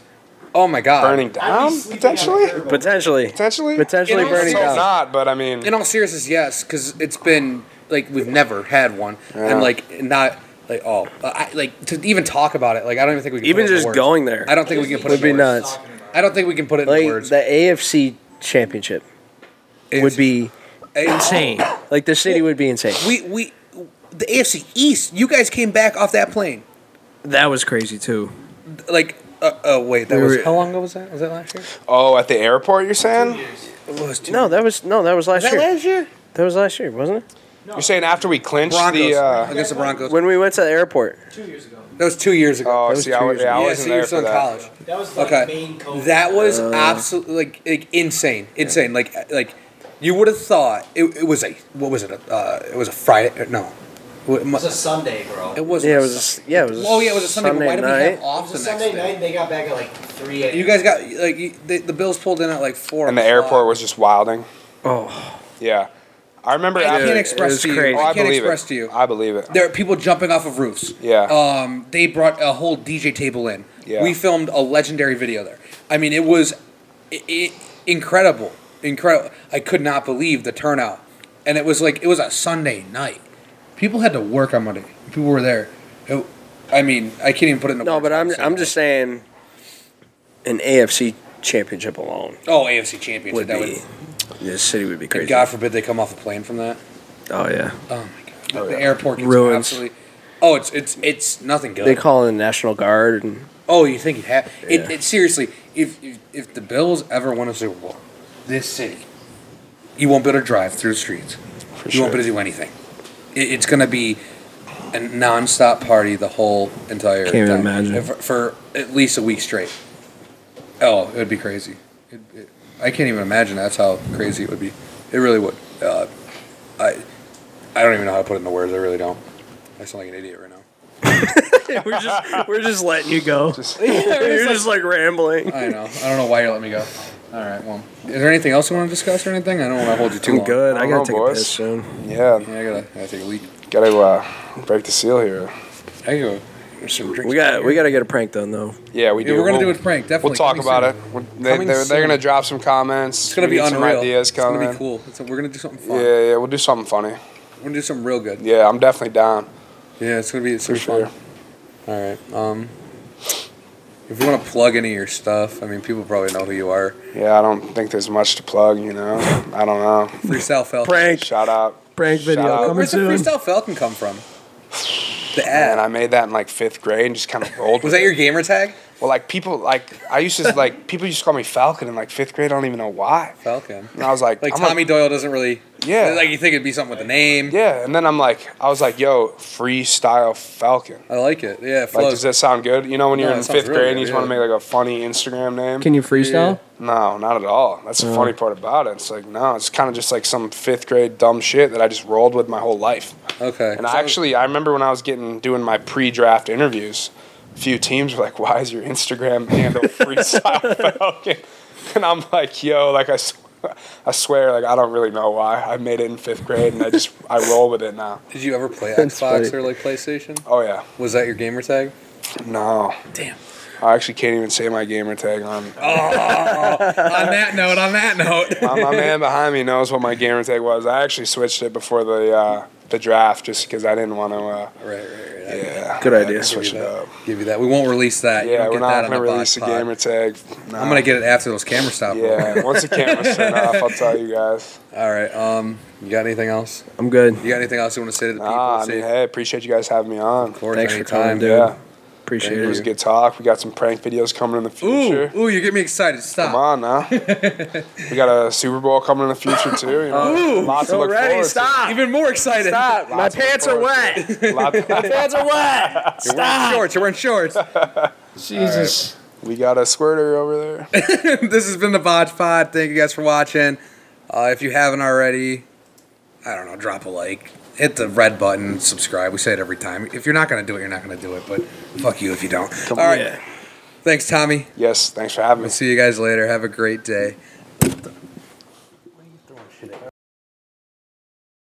Speaker 2: oh my God.
Speaker 4: burning
Speaker 6: I'd be
Speaker 4: down
Speaker 6: sleeping on a
Speaker 4: um, potentially.
Speaker 6: curb.
Speaker 3: Potentially.
Speaker 4: Potentially.
Speaker 3: Potentially
Speaker 2: You know,
Speaker 3: burning
Speaker 4: Let's
Speaker 3: down.
Speaker 4: hope not, but I mean,
Speaker 2: In all seriousness, yes, because it's been like we've never had one,
Speaker 4: Yeah.
Speaker 2: and like not like oh, I, like to even talk about it, like I don't even think we can
Speaker 3: Even
Speaker 2: put it into
Speaker 3: just
Speaker 2: words.
Speaker 3: going there.
Speaker 2: I don't think we can put
Speaker 3: Would
Speaker 2: it.
Speaker 3: be
Speaker 2: into
Speaker 3: nuts.
Speaker 2: words. I don't think we can put it
Speaker 3: Like
Speaker 2: in words.
Speaker 3: the AFC championship
Speaker 2: It's-
Speaker 3: would be
Speaker 2: it's-
Speaker 3: insane. Like the city would be insane.
Speaker 2: We we the AFC East. You guys came back off that plane.
Speaker 3: That was crazy too.
Speaker 2: Like uh, oh wait, that
Speaker 3: We
Speaker 2: was
Speaker 3: were-
Speaker 2: how long ago was that? Was that last year?
Speaker 4: oh, at the airport, you're saying?
Speaker 2: It was two.
Speaker 3: No, that was no, that was last
Speaker 2: was that
Speaker 3: year.
Speaker 2: last year?
Speaker 3: That was last year, wasn't it?
Speaker 4: You're saying after we clinched
Speaker 2: Broncos
Speaker 4: the. Uh,
Speaker 2: against the Broncos.
Speaker 3: When we went to the airport.
Speaker 6: Two years ago.
Speaker 2: That was two years ago.
Speaker 4: oh,
Speaker 3: was
Speaker 4: see, I,
Speaker 3: two
Speaker 4: wa-
Speaker 3: years
Speaker 4: yeah, I
Speaker 2: yeah,
Speaker 4: wasn't
Speaker 2: so you
Speaker 4: there
Speaker 2: were still
Speaker 4: for
Speaker 2: in
Speaker 4: that.
Speaker 2: college.
Speaker 6: That was like
Speaker 2: Okay,
Speaker 6: main COVID.
Speaker 2: that was
Speaker 3: Uh.
Speaker 2: absolutely like, like insane, insane. Like like you would have thought it, it was a what was it? A, uh, it was a Friday? No, it
Speaker 6: It was
Speaker 2: mu-
Speaker 6: a Sunday, bro.
Speaker 2: it wasn't.
Speaker 3: Yeah, it
Speaker 2: a
Speaker 3: was. a
Speaker 2: Sun-
Speaker 3: s- yeah, it was. a
Speaker 2: Oh yeah, it was a Sunday. but why did we
Speaker 3: night.
Speaker 2: have
Speaker 6: It
Speaker 2: off
Speaker 6: was a
Speaker 2: the next
Speaker 6: Sunday
Speaker 2: day?
Speaker 6: night. and They got back at like three a.m.
Speaker 2: You guys got like you, the, the Bills pulled in at like four.
Speaker 4: And the
Speaker 2: o'clock.
Speaker 4: airport was just wilding.
Speaker 3: Oh,
Speaker 4: Yeah, I remember.
Speaker 2: I
Speaker 4: after,
Speaker 2: can't
Speaker 3: it
Speaker 2: express
Speaker 3: was
Speaker 2: to you.
Speaker 3: crazy.
Speaker 4: oh,
Speaker 2: I,
Speaker 4: I
Speaker 2: can't
Speaker 4: believe
Speaker 2: express
Speaker 4: it.
Speaker 2: to you.
Speaker 4: I believe it.
Speaker 2: There are people jumping off of roofs.
Speaker 4: Yeah.
Speaker 2: Um, they brought a whole DJ table in.
Speaker 4: Yeah.
Speaker 2: We filmed a legendary video there. I mean, it was i i incredible, incredible. I could not believe the turnout, and it was like it was a Sunday night. People had to work on Monday. People were there. It- I mean, I can't even put it in.
Speaker 3: no, but I'm I'm just saying, an AFC championship alone
Speaker 2: Oh, AFC championship.
Speaker 3: would
Speaker 2: that
Speaker 3: be. The city would be
Speaker 2: would.
Speaker 3: crazy.
Speaker 2: and God forbid they come off a plane from that.
Speaker 3: oh yeah,
Speaker 2: Oh my god. the airport gets
Speaker 3: Ruins.
Speaker 2: absolutely. Oh, it's it's it's nothing good.
Speaker 3: they call in the national guard and
Speaker 2: Oh, you think it ha- it,
Speaker 3: Yeah.
Speaker 2: it seriously? If, if if the Bills ever won a Super Bowl, this city, you won't be able to drive through the streets. you won't be able to do anything. It, it's gonna be a nonstop party the whole entire.
Speaker 3: Can't even
Speaker 2: time.
Speaker 3: imagine.
Speaker 2: for, for at least a week straight. Oh, it would be crazy. It, it, I can't even imagine. That's how crazy it would be. It really would. Uh, I I don't even know how to put it into words. I really don't. I sound like an idiot right now.
Speaker 3: we're just we're just letting you go. You're just Uh, like rambling.
Speaker 2: I know. I don't know why you let me go. All right. Well, is there anything else you want to discuss or anything? I don't want to hold you too
Speaker 3: I'm
Speaker 2: long.
Speaker 3: good. I
Speaker 4: I don't
Speaker 3: gotta
Speaker 4: know,
Speaker 3: take a
Speaker 4: boys.
Speaker 3: piss soon.
Speaker 4: Yeah,
Speaker 2: Yeah, I gotta, I gotta take a leak.
Speaker 4: gotta uh, break the seal
Speaker 2: I
Speaker 4: here.
Speaker 2: gotta go. There's some drinks.
Speaker 3: We got we gotta get a prank done though.
Speaker 4: Yeah, we
Speaker 2: Yeah,
Speaker 4: do.
Speaker 2: we're gonna
Speaker 4: We'll-
Speaker 2: do a prank. Definitely.
Speaker 4: We'll talk
Speaker 2: Coming
Speaker 4: about it.
Speaker 2: soon.
Speaker 4: We're- They,
Speaker 2: Coming
Speaker 4: they're, they're
Speaker 2: soon.
Speaker 4: gonna drop some comments.
Speaker 2: It's gonna
Speaker 4: We
Speaker 2: be
Speaker 4: need
Speaker 2: unreal.
Speaker 4: Some ideas coming.
Speaker 2: It's gonna be cool. It's we're gonna do something fun.
Speaker 4: Yeah, yeah, we'll do something funny.
Speaker 2: We're gonna do something real good.
Speaker 4: Yeah, I'm definitely down.
Speaker 2: Yeah, it's gonna be it's gonna be
Speaker 4: For
Speaker 2: fun. All right. Um, if you want to plug any of your stuff, I mean, people probably know who you are.
Speaker 4: Yeah, I don't think there's much to plug. You know, I don't know.
Speaker 2: Freestyle Falcon.
Speaker 3: Prank
Speaker 4: Shout out.
Speaker 3: prank
Speaker 4: Shout
Speaker 3: video
Speaker 4: out.
Speaker 3: coming
Speaker 2: Where's the
Speaker 3: soon.
Speaker 2: Freestyle Falcon come from? The ad.
Speaker 4: And I made that in like fifth grade and just kind of rolled.
Speaker 2: Was
Speaker 4: with
Speaker 2: that
Speaker 4: it.
Speaker 2: your gamer tag?
Speaker 4: Well, like people, like I used to like people used to call me Falcon in like fifth grade. I don't even know why.
Speaker 2: Falcon.
Speaker 4: And I was like,
Speaker 2: Like
Speaker 4: I'm a-
Speaker 2: Tommy Doyle doesn't really.
Speaker 4: Yeah.
Speaker 2: Like you think it'd be something with the name.
Speaker 4: yeah, and then I'm like, I was like, yo, freestyle Falcon.
Speaker 2: I like it. Yeah, it
Speaker 4: Like,
Speaker 2: flows.
Speaker 4: does that sound good? You know, when you're
Speaker 2: No,
Speaker 4: in
Speaker 2: it sounds
Speaker 4: fifth
Speaker 2: really
Speaker 4: grade and you
Speaker 2: good,
Speaker 4: just want
Speaker 2: yeah.
Speaker 4: to make like a funny Instagram name.
Speaker 8: Can you freestyle?
Speaker 4: No, not at all. That's the funny part about it. It's like no, it's kind of just like some fifth grade dumb shit that I just rolled with my whole life.
Speaker 2: okay.
Speaker 4: And I actually, I remember when I was getting doing my pre-draft interviews, a few teams were like, "Why is your Instagram handle freestyle Falcon?" And I'm like, "Yo, like I, sw- I swear, like I don't really know why. I made it in fifth grade, and I just I roll with it now."
Speaker 2: did you ever play
Speaker 3: That's
Speaker 2: Xbox
Speaker 3: funny.
Speaker 2: or like PlayStation?
Speaker 4: Oh yeah,
Speaker 2: Was that your gamer tag?
Speaker 4: no,
Speaker 2: Damn.
Speaker 4: I actually can't even say my gamer tag on.
Speaker 2: on that note, on that note.
Speaker 4: Uh, my, my man behind me knows what my gamer tag was. I actually switched it before the uh, the draft just because I didn't want to. Uh,
Speaker 2: right, right, right.
Speaker 4: yeah,
Speaker 3: Good
Speaker 4: I
Speaker 3: idea.
Speaker 4: had to Switch
Speaker 2: Give you
Speaker 4: it
Speaker 2: that.
Speaker 4: up.
Speaker 2: Give you that. We won't release that. you
Speaker 4: Yeah,
Speaker 2: don't
Speaker 4: we're
Speaker 2: get that
Speaker 4: not
Speaker 2: on
Speaker 4: gonna
Speaker 2: the box
Speaker 4: release a
Speaker 2: pod.
Speaker 4: gamer tag. No.
Speaker 2: I'm gonna get it after those cameras stop. rolling.
Speaker 4: Yeah, once the cameras turn off, I'll tell you guys.
Speaker 2: All right. Um, you got anything else?
Speaker 3: I'm good.
Speaker 2: You got anything else you want to say to the people?
Speaker 4: Nah, I
Speaker 2: Say
Speaker 4: mean, hey, appreciate you guys having me on.
Speaker 2: for
Speaker 3: Thanks for coming,
Speaker 2: anytime.
Speaker 3: dude.
Speaker 4: Yeah,
Speaker 3: Appreciate
Speaker 4: it
Speaker 3: it.
Speaker 4: was a good talk. We got some prank videos coming in the future.
Speaker 2: Ooh, ooh, you get me excited.
Speaker 4: Come
Speaker 2: Stop.
Speaker 4: on now. we got a Super Bowl coming in the future too. You know?
Speaker 2: Oh,
Speaker 4: Lots to
Speaker 3: So
Speaker 4: look
Speaker 3: ready,
Speaker 4: forward
Speaker 3: stop.
Speaker 2: Even more excited.
Speaker 3: Stop. Ah, My
Speaker 4: Lots of
Speaker 3: pants are
Speaker 4: reports.
Speaker 3: wet.
Speaker 4: to. Lots-
Speaker 3: pants are wet.
Speaker 2: You're wearing
Speaker 3: Stop.
Speaker 2: shorts. You're wearing shorts.
Speaker 3: Jesus.
Speaker 4: we got a squirter over there.
Speaker 2: this has been the Bodge Pod. Thank you guys for watching. Uh, if you haven't already, I don't know, drop a like, hit the red button, subscribe. We say it every time. If you're not gonna do it, you're not gonna do it. But fuck you if you don't. All right. Thanks, Tommy.
Speaker 4: Yes, thanks for having me.
Speaker 2: We'll see you guys later. Have a great day.